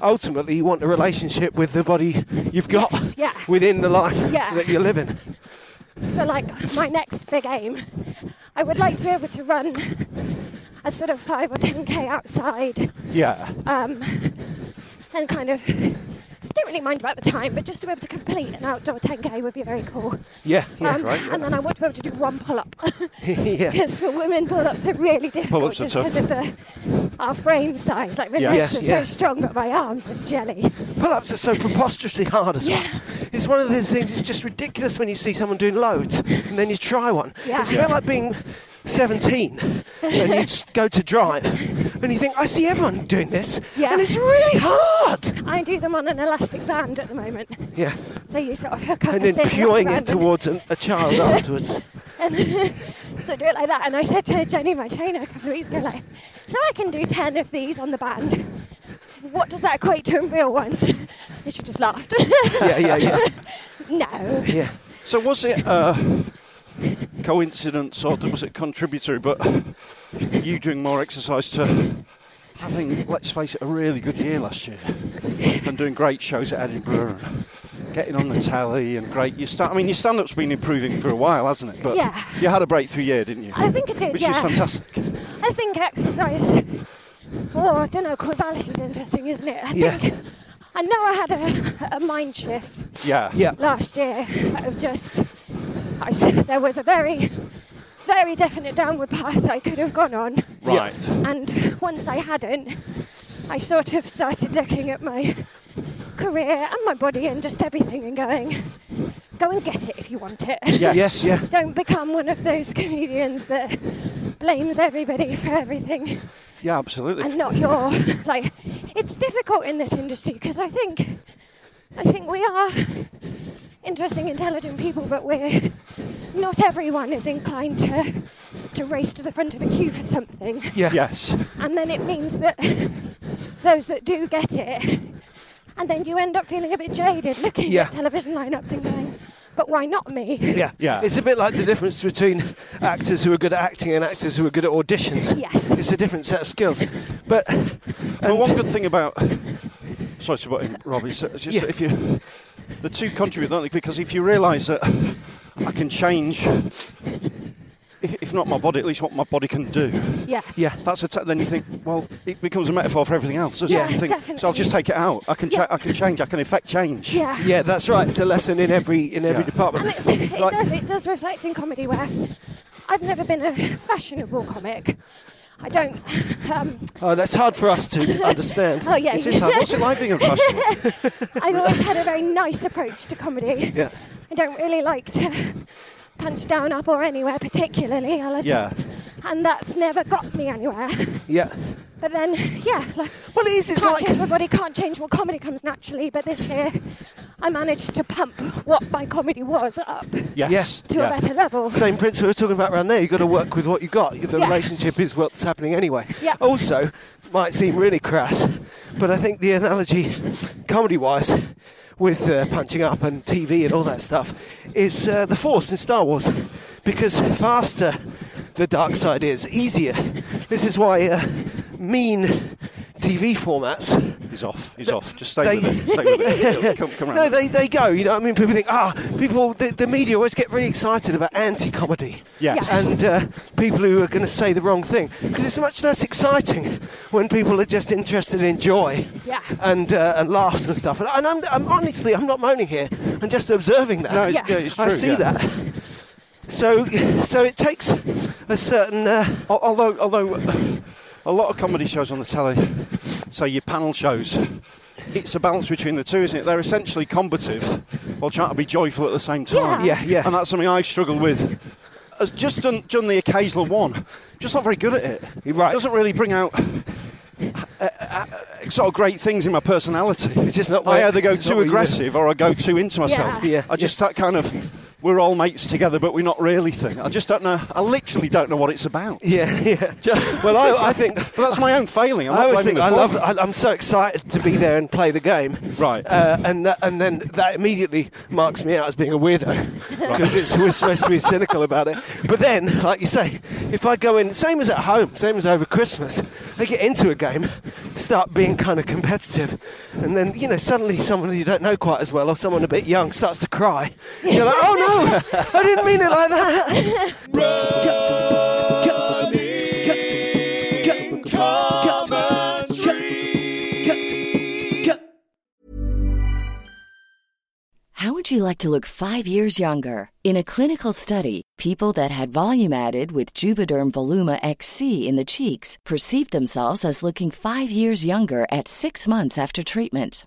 [SPEAKER 3] Ultimately, you want a relationship with the body you've got
[SPEAKER 4] Yes, yeah.
[SPEAKER 3] within the life
[SPEAKER 4] Yeah.
[SPEAKER 3] that you're living.
[SPEAKER 4] So, like, my next big aim, I would like to be able to run a sort of 5 or 10k outside
[SPEAKER 2] Yeah.
[SPEAKER 4] um, and kind of don't really mind about the time, but just to be able to complete an outdoor 10k would be very cool.
[SPEAKER 3] Yeah, yeah,
[SPEAKER 4] Um,
[SPEAKER 2] right, yeah.
[SPEAKER 4] And then I want to be able to do one pull up
[SPEAKER 3] yeah.
[SPEAKER 4] because for women pull ups are really difficult
[SPEAKER 2] Pull-ups are
[SPEAKER 4] just
[SPEAKER 2] tough.
[SPEAKER 4] because of the, our frame size. Like my
[SPEAKER 2] Yeah.
[SPEAKER 4] legs
[SPEAKER 3] Yes,
[SPEAKER 4] are
[SPEAKER 3] yeah.
[SPEAKER 4] so strong, but my arms are jelly.
[SPEAKER 3] Pull-ups are so preposterously hard as well.
[SPEAKER 4] Yeah.
[SPEAKER 3] It's one of those things. It's just ridiculous when you see someone doing loads and then you try one.
[SPEAKER 4] Yeah.
[SPEAKER 3] It's a bit like being 17 and you just go to drive and you think I see everyone doing this
[SPEAKER 4] Yeah.
[SPEAKER 3] and it's really hard.
[SPEAKER 4] I do them on an elastic band at the moment,
[SPEAKER 3] Yeah.
[SPEAKER 4] so you sort of hook up
[SPEAKER 3] And then
[SPEAKER 4] thing that's
[SPEAKER 3] pewing it
[SPEAKER 4] round and-
[SPEAKER 3] towards an, a child afterwards.
[SPEAKER 4] And so do it like that. And I said to Jenny, my trainer, a couple of weeks ago, like, so I can do 10 of these on the band. What does that equate to in real ones? And she just laughed.
[SPEAKER 3] Yeah, yeah, yeah,
[SPEAKER 4] no.
[SPEAKER 3] yeah.
[SPEAKER 2] So was it a coincidence or was it contributory? But you doing more exercise to having, let's face it, a really good year last year and doing great shows at Edinburgh, and getting on the telly and great. You start. I mean, your stand-up's been improving for a while, hasn't it? But
[SPEAKER 4] Yeah.
[SPEAKER 2] you had a breakthrough year, didn't you?
[SPEAKER 4] I think it did,
[SPEAKER 2] Which is
[SPEAKER 4] yeah.
[SPEAKER 2] fantastic.
[SPEAKER 4] I think exercise, oh, I don't know, causality is interesting, isn't it? I
[SPEAKER 3] Yeah.
[SPEAKER 4] think, I know I had a, a mind shift
[SPEAKER 2] Yeah.
[SPEAKER 3] Yeah.
[SPEAKER 4] last year of just I, there was a very very definite downward path I could have gone on
[SPEAKER 2] Right.
[SPEAKER 4] and once I hadn't I sort of started looking at my career and my body and just everything and going go and get it if you want it
[SPEAKER 2] Yes.
[SPEAKER 3] Yes, yeah.
[SPEAKER 4] don't become one of those comedians that blames everybody for everything
[SPEAKER 2] Yeah, absolutely.
[SPEAKER 4] and not your like it's difficult in this industry because i think i think we are interesting intelligent people but we're not everyone is inclined to to race to the front of a queue for something
[SPEAKER 2] Yeah. Yes.
[SPEAKER 4] and then it means that those that do get it and then you end up feeling a bit jaded looking
[SPEAKER 3] Yeah.
[SPEAKER 4] at television lineups and going but why not me
[SPEAKER 3] Yeah.
[SPEAKER 2] Yeah.
[SPEAKER 3] It's a bit like the difference between actors who are good at acting and actors who are good at auditions.
[SPEAKER 4] Yes.
[SPEAKER 3] It's a different set of skills. But
[SPEAKER 2] Well, one good thing about sorry to butt in, Robbie. So it's just
[SPEAKER 3] Yeah.
[SPEAKER 2] that if you the two contribute, don't they? Because if you realise that I can change, i- if not my body, at least what my body can do.
[SPEAKER 4] yeah
[SPEAKER 3] yeah.
[SPEAKER 2] That's a te- then you think, well, it becomes a metaphor for everything else, doesn't
[SPEAKER 4] Yeah,
[SPEAKER 2] it? You think, So I'll
[SPEAKER 4] definitely.
[SPEAKER 2] just take it out. I can, cha- I can change. I can effect change.
[SPEAKER 4] yeah
[SPEAKER 3] Yeah, that's right. It's a lesson in every in every
[SPEAKER 2] Yeah.
[SPEAKER 3] department.
[SPEAKER 4] And it's, it
[SPEAKER 3] Like-
[SPEAKER 4] does it does reflect in comedy where I've never been a fashionable comic. I don't. Um,
[SPEAKER 3] Oh, that's hard for us to understand.
[SPEAKER 4] oh yeah,
[SPEAKER 2] It is hard. What's it like being a professional?
[SPEAKER 4] I've always had a very nice approach to comedy.
[SPEAKER 3] Yeah.
[SPEAKER 4] I don't really like to punch down up or anywhere particularly. I just-
[SPEAKER 2] Yeah.
[SPEAKER 4] And that's never got me anywhere.
[SPEAKER 3] Yeah.
[SPEAKER 4] But then, yeah, like,
[SPEAKER 3] Well, it is. It's
[SPEAKER 4] can't change
[SPEAKER 3] like
[SPEAKER 4] my body, can't change what comedy comes naturally. But this year, I managed to pump what my comedy was up to
[SPEAKER 2] Yes.
[SPEAKER 4] a better level.
[SPEAKER 3] same principle we were talking about around there. You've got to work with what you got. The
[SPEAKER 4] Yeah.
[SPEAKER 3] relationship is what's happening anyway.
[SPEAKER 4] Yeah.
[SPEAKER 3] Also, might seem really crass, but I think the analogy, comedy-wise, with uh, punching up and TV and all that stuff, is uh, the Force in Star Wars, because faster the dark side is, easier. This is why uh, mean TV formats
[SPEAKER 2] He's off. He's off. Just stay
[SPEAKER 3] they-
[SPEAKER 2] with it. Stay with it. Come, come round.
[SPEAKER 3] No, they, they go. You know, what I mean, people think, ah, people. The, the media always get really excited about anti-comedy.
[SPEAKER 2] Yes.
[SPEAKER 4] Yeah.
[SPEAKER 3] And uh, people who are going to say the wrong thing because it's much less exciting when people are just interested in joy.
[SPEAKER 4] Yeah.
[SPEAKER 3] And uh, and laughs and stuff. And, and I'm, I'm honestly, I'm not moaning here. I'm just observing that.
[SPEAKER 2] No, it's,
[SPEAKER 4] Yeah.
[SPEAKER 2] yeah. it's true.
[SPEAKER 3] I see
[SPEAKER 2] yeah.
[SPEAKER 3] that. So, so it takes a certain. Uh,
[SPEAKER 2] Al- Although, although uh, a lot of comedy shows on the telly, say your panel shows, it's a balance between the two, isn't it? They're essentially combative while trying to be joyful at the same time.
[SPEAKER 3] Yeah. Yeah, yeah.
[SPEAKER 2] And that's something I've struggled with. I've just done, done the occasional one, just not very good at it.
[SPEAKER 3] You're right.
[SPEAKER 2] Doesn't really bring out. uh, uh, uh, Sort of great things in my personality. It's
[SPEAKER 3] just not
[SPEAKER 2] I
[SPEAKER 3] where-
[SPEAKER 2] either go
[SPEAKER 3] it's not
[SPEAKER 2] too
[SPEAKER 3] where you-
[SPEAKER 2] aggressive or I go too into myself.
[SPEAKER 4] Yeah.
[SPEAKER 3] Yeah,
[SPEAKER 2] I just that kind of we're all mates together, but we're not really thing. I just don't know. I literally don't know what it's about.
[SPEAKER 3] yeah, yeah. Well, I, I think
[SPEAKER 2] Well, that's my own failing. I'm
[SPEAKER 3] I
[SPEAKER 2] not
[SPEAKER 3] always
[SPEAKER 2] blaming
[SPEAKER 3] think
[SPEAKER 2] the
[SPEAKER 3] I
[SPEAKER 2] form.
[SPEAKER 3] love. I, I'm so excited to be there and play the game.
[SPEAKER 2] Right.
[SPEAKER 3] Uh, and that, and then that immediately marks me out as being a weirdo because it's we're supposed to be cynical about it. But then, like you say, if I go in, same as at home, same as over Christmas, I get into a game, start being kind of competitive, and then you know suddenly someone you don't know quite as well or someone a bit young starts to cry. You're like, oh no, I didn't mean it like that.
[SPEAKER 5] How would you like to look five years younger? In a clinical study, people that had volume added with Juvederm Voluma XC in the cheeks perceived themselves as looking five years younger at six months after treatment.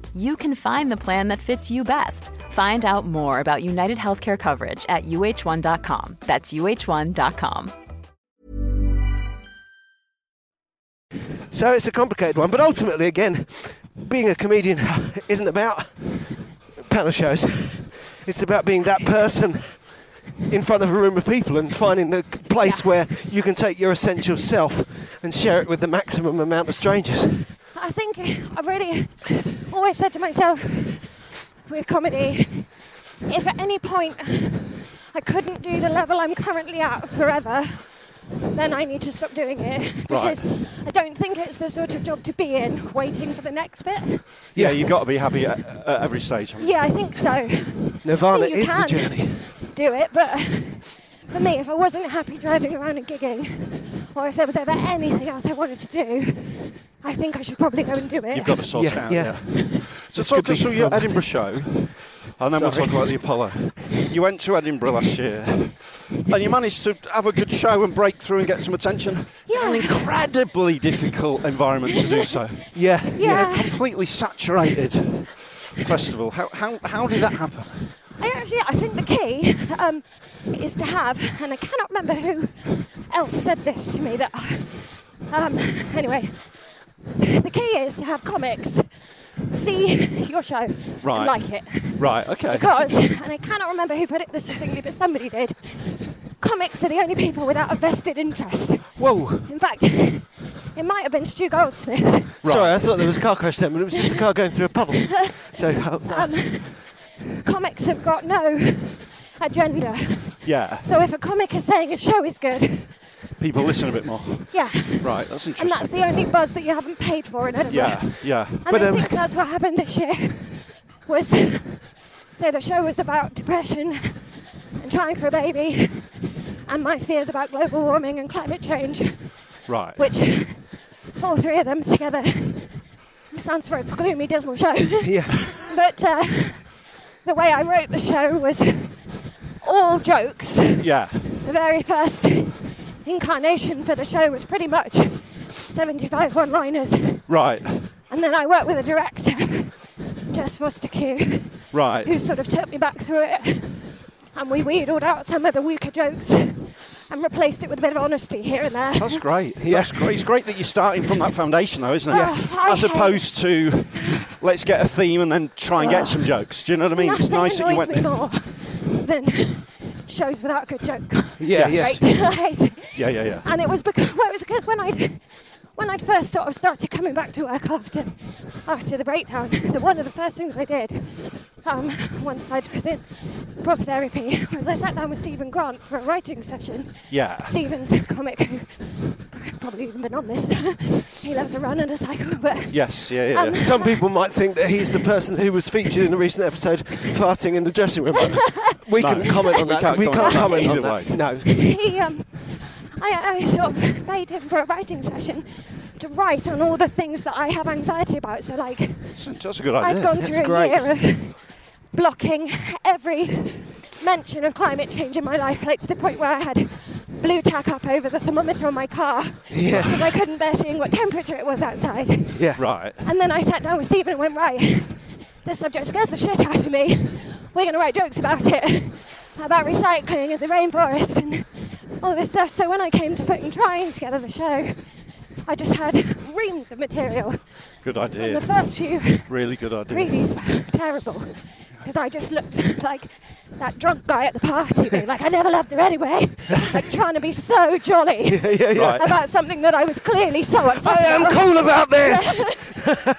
[SPEAKER 6] you can find the plan that fits you best. Find out more about United Healthcare coverage at uh1.com. That's uh1.com.
[SPEAKER 3] So it's a complicated one, but ultimately, again, being a comedian isn't about panel shows. It's about being that person in front of a room of people and finding the place where you can take your essential self and share it with the maximum amount of strangers.
[SPEAKER 4] I think I really always said to myself with comedy, if at any point I couldn't do the level I'm currently at forever, then I need to stop doing it
[SPEAKER 2] Right.
[SPEAKER 4] because I don't think it's the sort of job to be in, waiting for the next bit.
[SPEAKER 2] Yeah, you've got to be happy at, at every stage.
[SPEAKER 4] Yeah, I think so.
[SPEAKER 3] Nirvana
[SPEAKER 4] You
[SPEAKER 3] is
[SPEAKER 4] can.
[SPEAKER 3] the journey.
[SPEAKER 4] Do it, but for me, if I wasn't happy driving around and gigging, or if there was ever anything else I wanted to do, I think I should probably go and do it.
[SPEAKER 2] You've got to sort it
[SPEAKER 3] Yeah,
[SPEAKER 2] out.
[SPEAKER 3] yeah.
[SPEAKER 2] Yeah. So
[SPEAKER 3] This
[SPEAKER 2] talk
[SPEAKER 3] could
[SPEAKER 2] us
[SPEAKER 3] be
[SPEAKER 2] through your
[SPEAKER 3] romantic.
[SPEAKER 2] Edinburgh show, and then we'll
[SPEAKER 3] Sorry.
[SPEAKER 2] talk about the Apollo. You went to Edinburgh last year, and you managed to have a good show and break through and get some attention.
[SPEAKER 4] Yeah.
[SPEAKER 2] An incredibly difficult environment to do so.
[SPEAKER 3] Yeah,
[SPEAKER 4] Yeah.
[SPEAKER 2] Completely saturated festival. How, how, how did that happen?
[SPEAKER 4] I actually, I think the key um, is to have, and I cannot remember who else said this to me. That, um, anyway, the key is to have comics see your show
[SPEAKER 2] Right.
[SPEAKER 4] and like it.
[SPEAKER 2] Right, okay.
[SPEAKER 4] Because, and I cannot remember who put it this succinctly, but somebody did. Comics are the only people without a vested interest.
[SPEAKER 3] Whoa.
[SPEAKER 4] In fact, it might have been Stu Goldsmith.
[SPEAKER 3] Sorry, I thought there was a car crash then, but it was just a car going through a puddle. So, uh,
[SPEAKER 4] Comics have got no agenda.
[SPEAKER 2] Yeah,
[SPEAKER 4] So if a comic is saying a show is good,
[SPEAKER 2] people listen a bit more.
[SPEAKER 4] yeah,
[SPEAKER 2] Right, that's interesting.
[SPEAKER 4] and that's the only buzz that you haven't paid for in Edinburgh.
[SPEAKER 2] yeah, yeah.
[SPEAKER 4] And
[SPEAKER 3] But,
[SPEAKER 4] I
[SPEAKER 3] um,
[SPEAKER 4] think that's what happened this year. Was so the show was about depression and trying for a baby, and my fears about global warming and climate change,
[SPEAKER 2] Right.
[SPEAKER 4] which all three of them together sounds for a gloomy, dismal show.
[SPEAKER 3] yeah.
[SPEAKER 4] but uh, the way I wrote the show was all jokes.
[SPEAKER 2] Yeah,
[SPEAKER 4] The very first incarnation for the show was pretty much 75 one-liners.
[SPEAKER 2] right,
[SPEAKER 4] And then I worked with a director, Jess Foster Q,
[SPEAKER 2] right.
[SPEAKER 4] who sort of took me back through it. And we wheedled out some of the weaker jokes and replaced it with a bit of honesty here and there.
[SPEAKER 2] That's great. That's great. It's great that you're starting from that foundation, though, isn't it?
[SPEAKER 4] Yeah. Oh, I
[SPEAKER 2] As
[SPEAKER 4] hate-
[SPEAKER 2] opposed to let's get a theme and then try and get some jokes. Do you know what I mean?
[SPEAKER 4] Nothing
[SPEAKER 2] it's nice that you
[SPEAKER 4] annoys
[SPEAKER 2] went.
[SPEAKER 4] me more than shows without a good joke.
[SPEAKER 3] Yeah, yeah.
[SPEAKER 4] Right? I hate it.
[SPEAKER 2] Yeah, yeah, yeah.
[SPEAKER 4] And it was because well, it was because when I'd when I'd first sort of started coming back to work after after the breakdown, the one of the first things I did um, once I was in prop therapy was I sat down with Stephen Grant for a writing session.
[SPEAKER 2] Yeah.
[SPEAKER 4] Stephen's a comic who probably even been on this. he loves a run and a cycle, but
[SPEAKER 2] Yes, yeah, yeah.
[SPEAKER 4] um,
[SPEAKER 2] yeah.
[SPEAKER 3] Some people might think that he's the person who was featured in a recent episode farting in the dressing room. but We
[SPEAKER 2] No.
[SPEAKER 3] can comment on
[SPEAKER 2] We
[SPEAKER 3] that.
[SPEAKER 2] can't
[SPEAKER 3] we
[SPEAKER 2] comment
[SPEAKER 3] can't comment
[SPEAKER 2] on
[SPEAKER 3] on
[SPEAKER 2] that
[SPEAKER 3] that.
[SPEAKER 2] either
[SPEAKER 3] No.
[SPEAKER 4] he um, I, I sort of made him for a writing session to write on all the things that I have anxiety about. So like.
[SPEAKER 2] That's, that's a good
[SPEAKER 4] I've
[SPEAKER 2] idea.
[SPEAKER 4] gone
[SPEAKER 2] Yeah.
[SPEAKER 4] through a year of blocking every mention of climate change in my life, like to the point where I had blue tack up over the thermometer on my car
[SPEAKER 3] Yeah.
[SPEAKER 4] because I couldn't bear seeing what temperature it was outside.
[SPEAKER 3] Yeah.
[SPEAKER 2] Right.
[SPEAKER 4] And then I sat down with Stephen and went, right, this subject scares the shit out of me. We're going to write jokes about it, about recycling and the rainforest and all this stuff. So when I came to putting trying together the show, I just had reams of material.
[SPEAKER 2] Good
[SPEAKER 4] And the
[SPEAKER 2] idea.
[SPEAKER 4] first few
[SPEAKER 2] Really good idea.
[SPEAKER 4] previews were terrible because I just looked like that drunk guy at the party, being like, I never loved her anyway, like trying to be so jolly
[SPEAKER 2] Right.
[SPEAKER 4] about something that I was clearly so upset.
[SPEAKER 3] I am
[SPEAKER 4] about.
[SPEAKER 3] cool about this.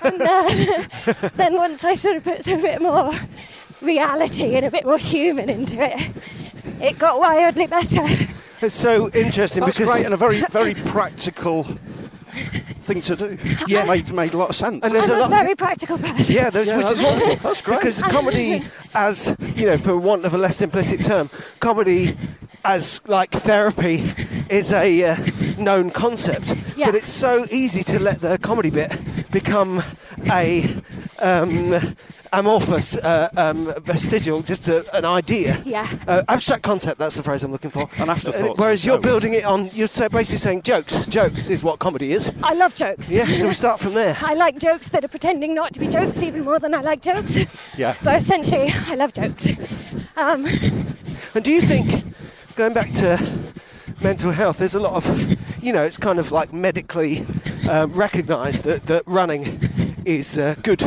[SPEAKER 4] And uh, then once I sort of put a bit more reality and a bit more human into it, it got wildly better.
[SPEAKER 3] It's so interesting
[SPEAKER 2] That's
[SPEAKER 3] because
[SPEAKER 2] great and a very, very practical thing to do.
[SPEAKER 3] Yeah.
[SPEAKER 2] Made, made a lot of sense.
[SPEAKER 3] And there's
[SPEAKER 4] I'm
[SPEAKER 3] a
[SPEAKER 4] a,
[SPEAKER 3] lot-
[SPEAKER 4] very practical person.
[SPEAKER 3] yeah, those,
[SPEAKER 2] Yeah,
[SPEAKER 3] which
[SPEAKER 2] that's
[SPEAKER 3] is
[SPEAKER 2] wonderful.
[SPEAKER 3] wonderful.
[SPEAKER 2] That's great.
[SPEAKER 3] Because comedy, as you know, for want of a less simplistic term, comedy as like therapy is a uh, known concept,
[SPEAKER 4] Yeah.
[SPEAKER 3] but it's so easy to let the comedy bit become a um, amorphous uh, um, vestigial, just a, an idea.
[SPEAKER 4] Yeah.
[SPEAKER 3] Uh, abstract concept, that's the phrase I'm looking for.
[SPEAKER 2] An afterthought.
[SPEAKER 3] Uh, Whereas you're
[SPEAKER 2] Oh.
[SPEAKER 3] building it on, you're so basically saying jokes. Jokes is what comedy is.
[SPEAKER 4] I love jokes.
[SPEAKER 3] Yeah, so we start from there.
[SPEAKER 4] I like jokes that are pretending not to be jokes even more than I like jokes.
[SPEAKER 2] Yeah.
[SPEAKER 4] But essentially, I love jokes. Um,
[SPEAKER 3] And do you think, going back to mental health, there's a lot of, you know, it's kind of like medically um, recognised that, that running is uh, good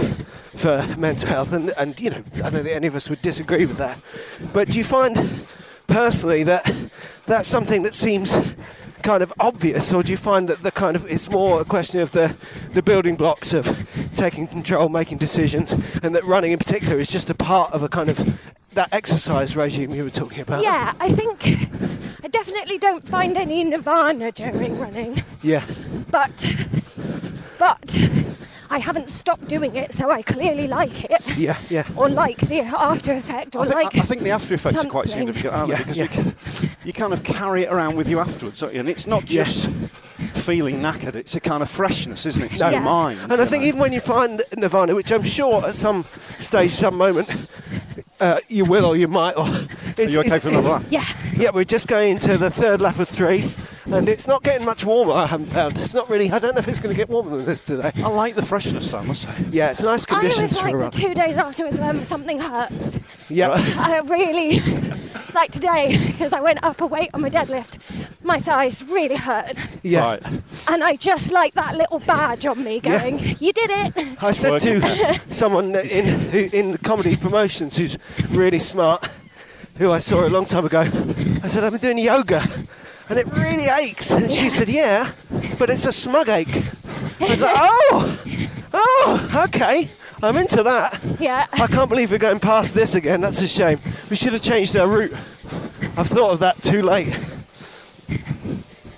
[SPEAKER 3] for mental health, and, and, you know, I don't think any of us would disagree with that. But do you find personally that that's something that seems kind of obvious, or do you find that the kind of it's more a question of the, the building blocks of taking control, making decisions, and that running in particular is just a part of a kind of that exercise regime you were talking about?
[SPEAKER 4] yeah, I think I definitely don't find any nirvana during running,
[SPEAKER 3] Yeah.
[SPEAKER 4] but but I haven't stopped doing it, so I clearly like it,
[SPEAKER 3] Yeah. Yeah.
[SPEAKER 4] or like the after effect, or
[SPEAKER 2] I think,
[SPEAKER 4] like
[SPEAKER 2] I think the after effects are quite
[SPEAKER 4] something.
[SPEAKER 2] significant, aren't they?
[SPEAKER 3] Yeah,
[SPEAKER 2] Because
[SPEAKER 3] yeah.
[SPEAKER 2] You, c- you kind of carry it around with you afterwards, don't you? and it's not
[SPEAKER 3] Yeah.
[SPEAKER 2] just feeling knackered; it's a kind of freshness, isn't it? It's
[SPEAKER 3] No.
[SPEAKER 2] in your
[SPEAKER 4] Yeah.
[SPEAKER 2] mind.
[SPEAKER 3] And I
[SPEAKER 2] you
[SPEAKER 3] think
[SPEAKER 2] know.
[SPEAKER 3] even when you find Nirvana, which I'm sure at some stage, some moment, uh, you will or you might. Or
[SPEAKER 2] are you okay for another lap?
[SPEAKER 4] yeah,
[SPEAKER 3] Yeah, we're just going into the third lap of three, and it's not getting much warmer. I haven't found. It's not really. I don't know if it's going to get warmer than this today.
[SPEAKER 2] I like the freshness, though, I must say.
[SPEAKER 3] Yeah, it's nice
[SPEAKER 4] I
[SPEAKER 3] conditions
[SPEAKER 4] always
[SPEAKER 3] for a
[SPEAKER 4] like
[SPEAKER 3] run.
[SPEAKER 4] the two days afterwards when something hurts.
[SPEAKER 3] yeah,
[SPEAKER 4] I really, like today, because I went up a weight on my deadlift, my thighs really hurt.
[SPEAKER 3] yeah.
[SPEAKER 2] Right.
[SPEAKER 4] And I just like that little badge on me
[SPEAKER 3] Yeah.
[SPEAKER 4] going, you did it.
[SPEAKER 3] I said
[SPEAKER 2] Working.
[SPEAKER 3] to someone in who, in comedy promotions who's really smart, who I saw a long time ago. I said I've been doing yoga, and it really aches. And she said, Yeah, but it's a smug ache. I was like, Oh, oh, okay. I'm into that.
[SPEAKER 4] Yeah.
[SPEAKER 3] I can't believe we're going past this again. That's a shame. We should have changed our route. I've thought of that too late.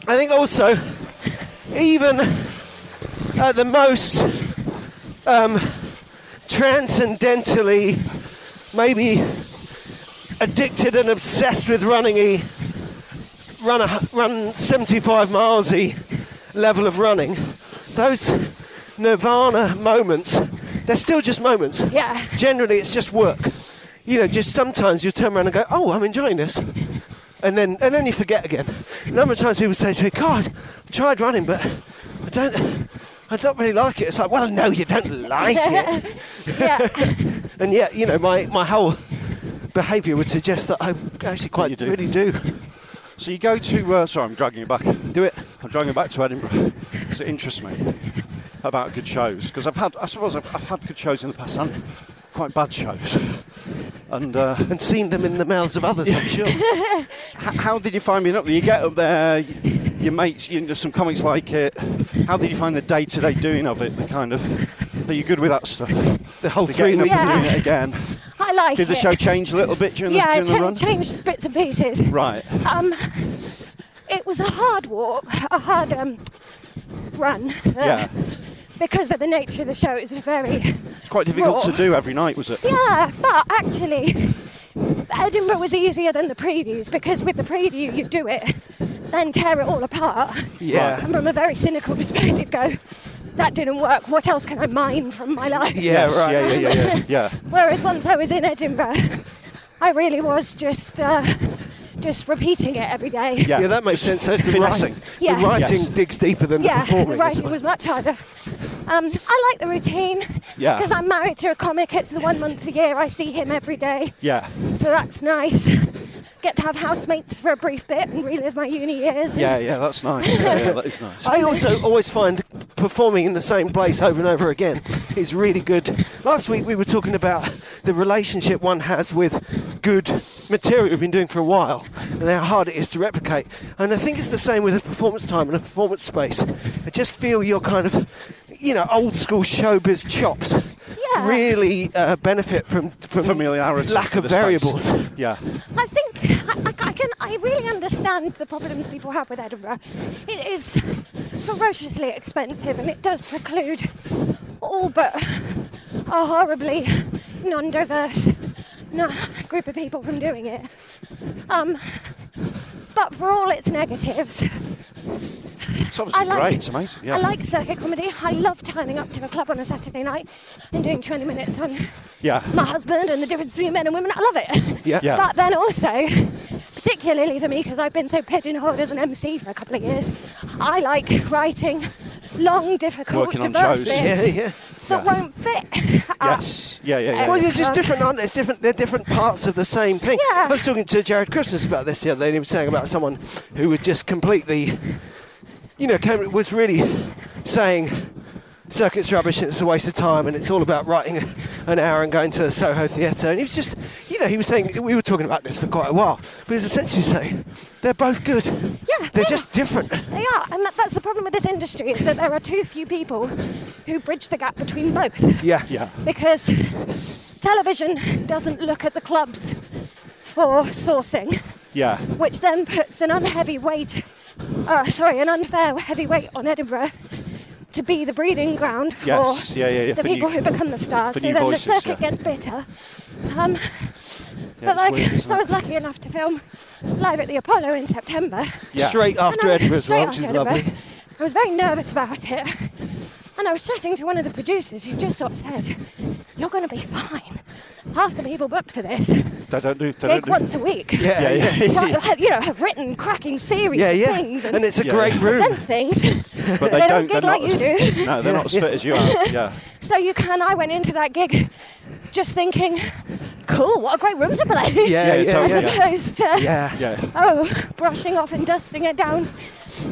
[SPEAKER 3] I think also, even at the most um, transcendentally, maybe addicted and obsessed with running y, run, a, hu- run 75 miles y level of running, those nirvana moments, they're still just moments
[SPEAKER 4] Yeah.
[SPEAKER 3] generally it's just work. You know, just sometimes you turn around and go, "Oh, I'm enjoying this," and then and then you forget again. A number of times people say to me, "God, I tried running, but I don't, I don't really like it." It's like, well, no, you don't like it,
[SPEAKER 4] Yeah.
[SPEAKER 3] and yet, you know, my my whole behaviour would suggest that I actually quite
[SPEAKER 2] you do.
[SPEAKER 3] really do
[SPEAKER 2] So you go to. Uh, sorry, I'm dragging you back.
[SPEAKER 3] do it.
[SPEAKER 2] I'm dragging you back to Edinburgh because it interests me about good shows. Because I've had, I suppose, I've, I've had good shows in the past and quite bad shows. And uh,
[SPEAKER 3] And seen them in the mouths of others, I'm sure.
[SPEAKER 2] H- how did you find being up there? You get up there, y- your mates, you know, some comics like it. How did you find the day-to-day doing of it? The kind of, are you good with that stuff?
[SPEAKER 3] The whole
[SPEAKER 2] The
[SPEAKER 3] Oh, three
[SPEAKER 2] getting up
[SPEAKER 3] weeks.
[SPEAKER 2] to
[SPEAKER 4] Yeah.
[SPEAKER 2] doing it again.
[SPEAKER 4] I like
[SPEAKER 2] Did the
[SPEAKER 4] it.
[SPEAKER 2] show change a little bit during
[SPEAKER 4] yeah,
[SPEAKER 2] the, during the
[SPEAKER 4] I
[SPEAKER 2] run?
[SPEAKER 4] ch- changed bits and pieces.
[SPEAKER 2] Right.
[SPEAKER 4] Um, it was a hard walk, a hard um, run. uh,
[SPEAKER 2] Yeah.
[SPEAKER 4] Because of the nature of the show, it was very
[SPEAKER 2] It's quite difficult
[SPEAKER 4] Raw.
[SPEAKER 2] to do every night, was it?
[SPEAKER 4] Yeah, but actually, Edinburgh was easier than the previews because with the preview you do it, then tear it all apart,
[SPEAKER 3] Yeah.
[SPEAKER 4] and from a very cynical perspective go, that didn't work. What else can I mine from my life?
[SPEAKER 3] Yeah, right.
[SPEAKER 2] Yeah, yeah, yeah, yeah, yeah.
[SPEAKER 4] Whereas once I was in Edinburgh, I really was just uh, just repeating it every day.
[SPEAKER 2] Yeah.
[SPEAKER 3] Yeah, that makes sense. So it's the
[SPEAKER 2] finessing.
[SPEAKER 3] writing,
[SPEAKER 4] Yes.
[SPEAKER 3] the writing
[SPEAKER 2] Yes.
[SPEAKER 3] digs deeper than
[SPEAKER 4] Yeah,
[SPEAKER 3] the performing.
[SPEAKER 4] the
[SPEAKER 3] is
[SPEAKER 4] writing
[SPEAKER 3] it?
[SPEAKER 4] was much harder. Um, I like the routine
[SPEAKER 2] Yeah.
[SPEAKER 4] because I'm married to a comic. It's the one month a year I see him every day.
[SPEAKER 2] Yeah.
[SPEAKER 4] so that's nice. Get to have housemates for a brief bit and relive my uni years.
[SPEAKER 2] Yeah, yeah, that's nice. Yeah, yeah, that is nice.
[SPEAKER 3] I also always find performing in the same place over and over again is really good. Last week we were talking about the relationship one has with good material we've been doing for a while and how hard it is to replicate. And I think it's the same with a performance time and a performance space. I just feel your kind of, you know, old school showbiz chops
[SPEAKER 4] Yeah.
[SPEAKER 3] really uh, benefit from, from
[SPEAKER 2] Familiarity.
[SPEAKER 3] lack
[SPEAKER 2] with
[SPEAKER 3] of
[SPEAKER 2] the space.
[SPEAKER 3] variables.
[SPEAKER 2] Yeah.
[SPEAKER 4] I think I, I can. I really understand the problems people have with Edinburgh. It is ferociously expensive, and it does preclude all but a horribly non-diverse no, group of people from doing it. Um, but for all its negatives,
[SPEAKER 2] It's obviously great. It's amazing. Yeah.
[SPEAKER 4] I like circuit comedy. I love turning up to a club on a Saturday night and doing 20 minutes on
[SPEAKER 2] Yeah.
[SPEAKER 4] my husband and the difference between men and women. I love it.
[SPEAKER 2] Yeah. Yeah.
[SPEAKER 4] But then also, particularly for me, because I've been so pigeonholed as an MC for a couple of years, I like writing long, difficult,
[SPEAKER 2] Working on
[SPEAKER 4] diverse
[SPEAKER 2] shows.
[SPEAKER 4] bits
[SPEAKER 2] Yeah, yeah.
[SPEAKER 4] that
[SPEAKER 2] Yeah.
[SPEAKER 4] won't fit. Uh,
[SPEAKER 2] Yes. Yeah, yeah, yeah.
[SPEAKER 3] Well, they're just
[SPEAKER 4] Club.
[SPEAKER 3] different, aren't they? It's different. They're different parts of the same thing. I was talking to Jared Christmas about this the other day, and he was saying about someone who was just completely, you know, came, was really saying circuit's rubbish and it's a waste of time and it's all about writing an hour and going to the Soho Theatre. And he was just, you know, he was saying we were talking about this for quite a while, but he was essentially saying they're both good. Yeah, they're just different.
[SPEAKER 4] They are, and that, that's the problem with this industry is that there are too few people who bridge the gap between both.
[SPEAKER 3] Yeah, yeah.
[SPEAKER 4] because television doesn't look at the clubs for sourcing,
[SPEAKER 2] Yeah.
[SPEAKER 4] which then puts an unheavy weight, uh, sorry, an unfair heavy weight on Edinburgh to be the breeding ground for
[SPEAKER 2] Yes, yeah, yeah, yeah,
[SPEAKER 4] the
[SPEAKER 2] for
[SPEAKER 4] people
[SPEAKER 2] new-
[SPEAKER 4] who become the stars.
[SPEAKER 2] for
[SPEAKER 4] So
[SPEAKER 2] new
[SPEAKER 4] then
[SPEAKER 2] voices,
[SPEAKER 4] the circuit
[SPEAKER 2] yeah.
[SPEAKER 4] gets bitter. Um, but
[SPEAKER 2] Yeah, it's
[SPEAKER 4] like,
[SPEAKER 2] weird, isn't
[SPEAKER 4] so I
[SPEAKER 2] it?
[SPEAKER 4] was lucky enough to film live at the Apollo in September.
[SPEAKER 2] Yeah.
[SPEAKER 3] Straight after
[SPEAKER 4] And I-
[SPEAKER 3] Edinburgh's
[SPEAKER 4] straight
[SPEAKER 3] lunch is
[SPEAKER 4] after
[SPEAKER 3] lovely.
[SPEAKER 4] Edinburgh. I was very nervous about it. And I was chatting to one of the producers who just sort of said, You're going to be fine. Half the people booked for this
[SPEAKER 2] They don't do. They don't
[SPEAKER 4] gig
[SPEAKER 2] do.
[SPEAKER 4] once a week.
[SPEAKER 2] Yeah, yeah, yeah.
[SPEAKER 4] Right, have- you know, have written cracking series
[SPEAKER 2] Yeah,
[SPEAKER 4] of
[SPEAKER 2] yeah.
[SPEAKER 4] things. And,
[SPEAKER 2] And it's a
[SPEAKER 4] yeah.
[SPEAKER 2] great room.
[SPEAKER 4] present things.
[SPEAKER 2] But they,
[SPEAKER 4] they
[SPEAKER 2] don't.
[SPEAKER 4] don't
[SPEAKER 2] they're
[SPEAKER 4] gig like
[SPEAKER 2] not
[SPEAKER 4] you
[SPEAKER 2] as,
[SPEAKER 4] do.
[SPEAKER 2] No, they're not as
[SPEAKER 4] Yeah.
[SPEAKER 2] fit as you are. Yeah.
[SPEAKER 4] So you can, I went into that gig just thinking, Cool, what a great room to play.
[SPEAKER 2] Yeah, yeah,
[SPEAKER 4] As
[SPEAKER 2] totally.
[SPEAKER 4] opposed to,
[SPEAKER 2] Yeah. Yeah.
[SPEAKER 4] oh, brushing off and dusting it down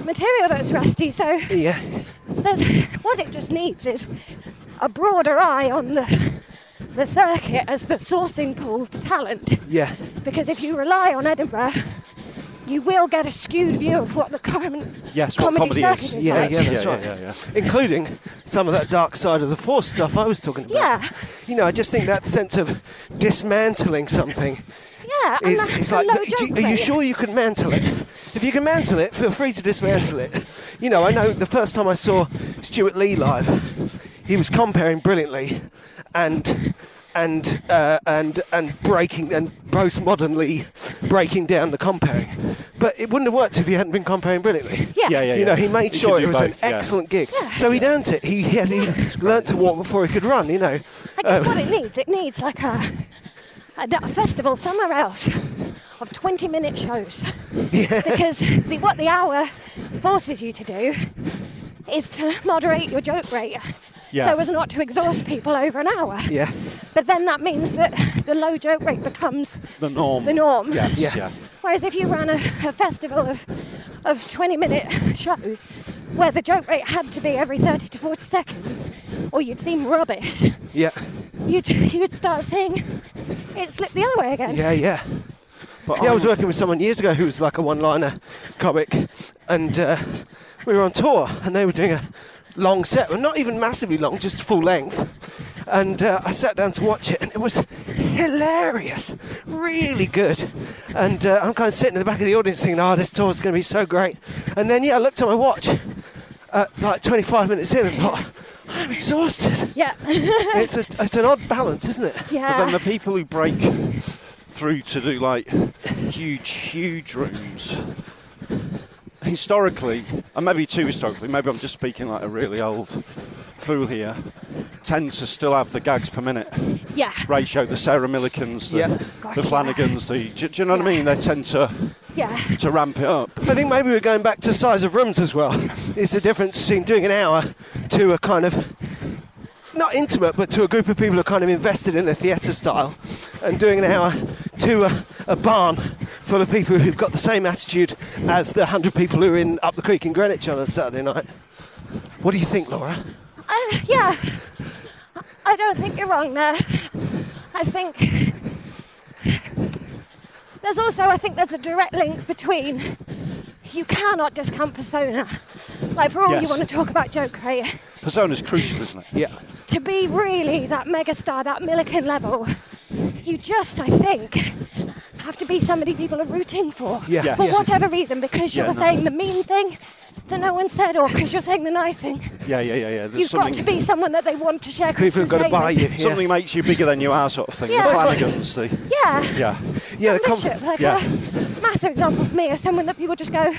[SPEAKER 4] material that's rusty. So
[SPEAKER 3] Yeah.
[SPEAKER 4] there's what it just needs is a broader eye on the the circuit as the sourcing pool for talent.
[SPEAKER 3] Yeah.
[SPEAKER 4] Because if you rely on Edinburgh, you will get a skewed view of what the current
[SPEAKER 3] Yes, what
[SPEAKER 4] comedy,
[SPEAKER 3] comedy
[SPEAKER 4] circuit
[SPEAKER 3] is.
[SPEAKER 4] is
[SPEAKER 3] Yeah,
[SPEAKER 4] like.
[SPEAKER 3] yeah, that's
[SPEAKER 2] Yeah,
[SPEAKER 3] right.
[SPEAKER 2] yeah, yeah,
[SPEAKER 3] Including some of that dark side of the force stuff I was talking about.
[SPEAKER 4] Yeah.
[SPEAKER 3] You know, I just think that sense of dismantling something
[SPEAKER 4] Yeah, and
[SPEAKER 3] is
[SPEAKER 4] that's
[SPEAKER 3] it's
[SPEAKER 4] a
[SPEAKER 3] like,
[SPEAKER 4] low
[SPEAKER 3] "Do you-
[SPEAKER 4] joke
[SPEAKER 3] are you
[SPEAKER 4] rate.
[SPEAKER 3] sure you can mantle it? If you can mantle it, feel free to dismantle it. You know, I know the first time I saw Stuart Lee live, he was comparing brilliantly and. And, uh, and and breaking and postmodernly breaking down the comparing, but it wouldn't have worked if he hadn't been comparing brilliantly.
[SPEAKER 2] Yeah. Yeah, yeah,
[SPEAKER 3] You know,
[SPEAKER 2] yeah.
[SPEAKER 3] he made
[SPEAKER 2] He
[SPEAKER 3] sure
[SPEAKER 2] could
[SPEAKER 3] it
[SPEAKER 2] do
[SPEAKER 3] was
[SPEAKER 2] both,
[SPEAKER 3] an
[SPEAKER 2] yeah.
[SPEAKER 3] excellent gig. So he learnt it. He had he learnt to walk before he could run. You know.
[SPEAKER 4] I guess
[SPEAKER 3] Um,
[SPEAKER 4] what it needs, it needs like a, a, d- a festival somewhere else of 20 minute shows. Because the, what the hour forces you to do is to moderate your joke rate
[SPEAKER 3] Yeah.
[SPEAKER 4] so as not to exhaust people over an hour.
[SPEAKER 3] Yeah.
[SPEAKER 4] But then that means that the low joke rate becomes
[SPEAKER 2] The norm.
[SPEAKER 4] The norm.
[SPEAKER 2] Yes. Yeah.
[SPEAKER 4] Yeah. Whereas if you ran a, a festival of, of 20 minute shows where the joke rate had to be every 30 to 40 seconds, or you'd seem rubbish,
[SPEAKER 3] Yeah.
[SPEAKER 4] you'd, you'd start seeing it slip the other way again.
[SPEAKER 3] Yeah, yeah. yeah, I was working with someone years ago who was like a one-liner comic, and uh, we were on tour, and they were doing a long set, well, not even massively long, just full length. And uh, I sat down to watch it, and it was hilarious, really good. And uh, I'm kind of sitting in the back of the audience thinking, "Oh, this tour's going to be so great." And then, yeah, I looked at my watch, uh, like 25 minutes in, and thought, "I'm exhausted."
[SPEAKER 4] Yeah.
[SPEAKER 3] it's, a, it's an odd balance, isn't it?
[SPEAKER 2] But then the people who break through to do like huge, huge rooms. Historically, and maybe too historically, maybe I'm just speaking like a really old fool here, tend to still have the gags per minute
[SPEAKER 4] Yeah.
[SPEAKER 2] ratio, the Sarah Millikins, the,
[SPEAKER 3] Yeah.
[SPEAKER 2] the Flanagans, the, do, do you know what I mean? They tend to,
[SPEAKER 4] Yeah.
[SPEAKER 2] to ramp it up.
[SPEAKER 3] I think maybe we're going back to size of rooms as well. It's the difference between doing an hour to a kind of not intimate, but to a group of people who are kind of invested in a theatre style, and doing an hour to a, a barn full of people who've got the same attitude as the hundred people who are in up the creek in Greenwich on a Saturday night. What do you think, Laura?
[SPEAKER 4] Uh, yeah. I don't think you're wrong there. I think there's also I think there's a direct link between you cannot discount persona. Like for all you
[SPEAKER 2] Yes.
[SPEAKER 4] want to talk about joke rate,
[SPEAKER 2] Persona's crucial, isn't it?
[SPEAKER 3] Yeah.
[SPEAKER 4] to be really that megastar, that Milliken level, you just I think have to be somebody people are rooting for
[SPEAKER 2] Yeah. Yes.
[SPEAKER 4] for whatever reason because you
[SPEAKER 2] Yeah,
[SPEAKER 4] were
[SPEAKER 2] no.
[SPEAKER 4] saying the mean thing that no one said or because you're saying the nice thing.
[SPEAKER 2] Yeah, yeah, yeah, yeah. There's
[SPEAKER 4] You've got
[SPEAKER 2] something
[SPEAKER 4] to be someone that they want to share
[SPEAKER 2] people
[SPEAKER 4] Christmas
[SPEAKER 2] have got to
[SPEAKER 4] Day
[SPEAKER 2] buy
[SPEAKER 4] with.
[SPEAKER 2] you. Something makes you bigger than you are, sort of thing.
[SPEAKER 4] Yeah.
[SPEAKER 2] The
[SPEAKER 4] Well, it's like-
[SPEAKER 2] Flanagans, the
[SPEAKER 4] Yeah.
[SPEAKER 2] yeah,
[SPEAKER 4] Membership, like a massive example for me of someone that people just go,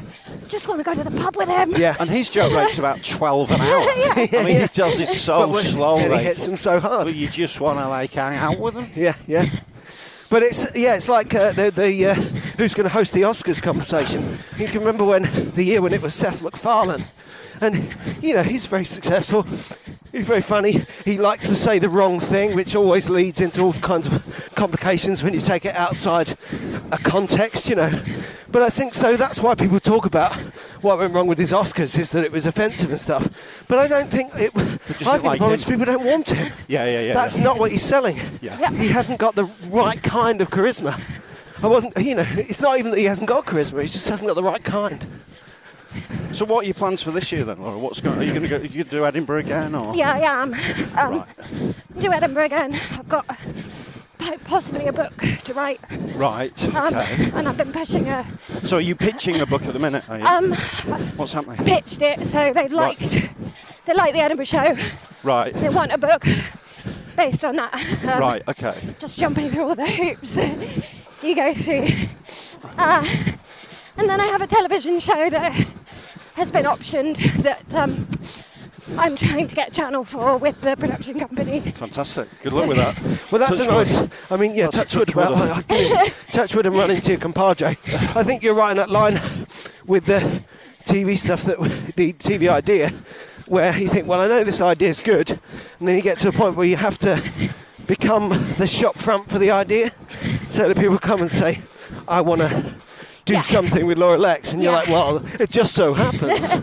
[SPEAKER 4] just want to go to the pub with him.
[SPEAKER 3] Yeah.
[SPEAKER 2] And his joke rate's about 12 an hour. I mean, he does it so
[SPEAKER 3] But when-
[SPEAKER 2] oh, slowly.
[SPEAKER 3] and he hits them so hard.
[SPEAKER 2] But you just want to, like, hang out with him.
[SPEAKER 3] Yeah, yeah. But it's yeah, it's like uh, the the uh, who's going to host the Oscars conversation. You can remember when the year when it was Seth MacFarlane, and you know he's very successful. He's very funny. He likes to say the wrong thing, which always leads into all kinds of complications when you take it outside a context, you know. But I think so. That's why people talk about what went wrong with his Oscars is that it was offensive and stuff. But I don't think it.
[SPEAKER 2] just
[SPEAKER 3] I
[SPEAKER 2] like
[SPEAKER 3] think the problem is
[SPEAKER 2] him.
[SPEAKER 3] people don't want him.
[SPEAKER 2] Yeah, yeah, yeah.
[SPEAKER 3] That's
[SPEAKER 2] yeah.
[SPEAKER 3] not what he's selling.
[SPEAKER 2] Yeah.
[SPEAKER 4] Yeah.
[SPEAKER 3] He hasn't got the right kind of charisma. I wasn't, you know, it's not even that he hasn't got charisma, he just hasn't got the right kind.
[SPEAKER 2] So, what are your plans for this year then, Laura? What's going? Are you going to go? You gonna do Edinburgh again, or
[SPEAKER 4] Yeah, I am. Um, Do Edinburgh again. I've got po- possibly a book to write,
[SPEAKER 2] right?
[SPEAKER 4] um,
[SPEAKER 2] Okay.
[SPEAKER 4] and I've been pushing a
[SPEAKER 2] So, are you pitching a book at the minute? Are you?
[SPEAKER 4] um,
[SPEAKER 2] What's happening?
[SPEAKER 4] pitched it. So they've
[SPEAKER 2] Right.
[SPEAKER 4] liked they like the Edinburgh show.
[SPEAKER 2] Right,
[SPEAKER 4] They want a book based on that. Um,
[SPEAKER 2] right, okay.
[SPEAKER 4] Just jumping through all the hoops that you go through, uh, and then I have a television show that has been optioned that um, I'm trying to get channel for with the production company.
[SPEAKER 2] Fantastic. Good luck with that.
[SPEAKER 3] Well, that's
[SPEAKER 2] Touch
[SPEAKER 3] a nice,
[SPEAKER 2] wood.
[SPEAKER 3] I mean, yeah,
[SPEAKER 2] That's a
[SPEAKER 3] touch wood
[SPEAKER 2] touch wood,
[SPEAKER 3] about, I think- touch wood and run into your compadre. I think you're right in that line with the TV stuff, that the TV idea, where you think, well, I know this idea is good, and then you get to a point where you have to become the shop front for the idea, so that people come and say, I want to do
[SPEAKER 4] Yeah.
[SPEAKER 3] something with Laura Lex, and you're
[SPEAKER 4] Yeah.
[SPEAKER 3] like, well, it just so happens.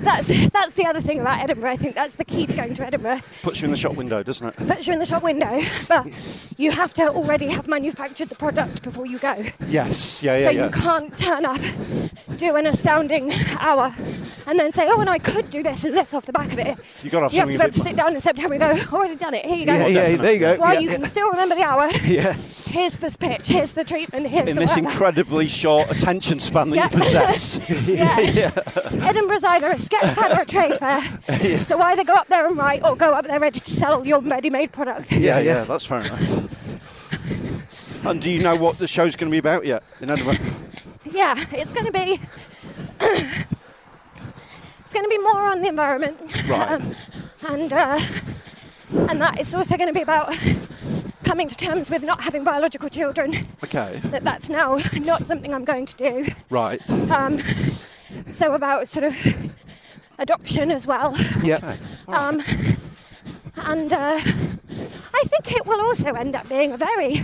[SPEAKER 4] That's that's the other thing about Edinburgh. I think that's the key to going to Edinburgh.
[SPEAKER 2] Puts you in the shop window, doesn't it?
[SPEAKER 4] Puts you in the shop window, but you have to already have manufactured the product before you go.
[SPEAKER 2] Yes. Yeah, yeah,
[SPEAKER 4] so
[SPEAKER 2] yeah.
[SPEAKER 4] you can't turn up, do an astounding hour, and then say, "Oh, and I could do this and this off the back of it."
[SPEAKER 2] You gotta have
[SPEAKER 4] You have to
[SPEAKER 2] something a
[SPEAKER 4] be able
[SPEAKER 2] bit
[SPEAKER 4] to sit down in September and go, "Already done it. Here you go."
[SPEAKER 3] yeah, yeah, there you go.
[SPEAKER 4] While
[SPEAKER 3] yeah,
[SPEAKER 4] you
[SPEAKER 3] yeah.
[SPEAKER 4] can still remember the hour,
[SPEAKER 3] Yeah.
[SPEAKER 4] here's this pitch, here's the treatment, here's
[SPEAKER 2] in
[SPEAKER 4] the
[SPEAKER 2] this
[SPEAKER 4] whatever.
[SPEAKER 2] incredibly short attention span that
[SPEAKER 4] Yeah.
[SPEAKER 2] you possess.
[SPEAKER 4] Yeah. Edinburgh's either a sketch pad or a trade fair. So either go up there and write or go up there ready to sell your ready made product.
[SPEAKER 2] yeah,
[SPEAKER 3] Yeah,
[SPEAKER 2] yeah,
[SPEAKER 3] yeah.
[SPEAKER 2] that's fair enough. And do you know what the show's going to be about yet in Edinburgh?
[SPEAKER 4] Yeah, it's going to be. it's going to be more on the environment.
[SPEAKER 2] Right.
[SPEAKER 4] Um, and uh, and that it's also going to be about coming to terms with not having biological children.
[SPEAKER 2] Okay,
[SPEAKER 4] That that's now not something I'm going to do.
[SPEAKER 2] right.
[SPEAKER 4] Um, so about sort of adoption as well.
[SPEAKER 3] Yeah.
[SPEAKER 4] Um, and uh, I think it will also end up being a very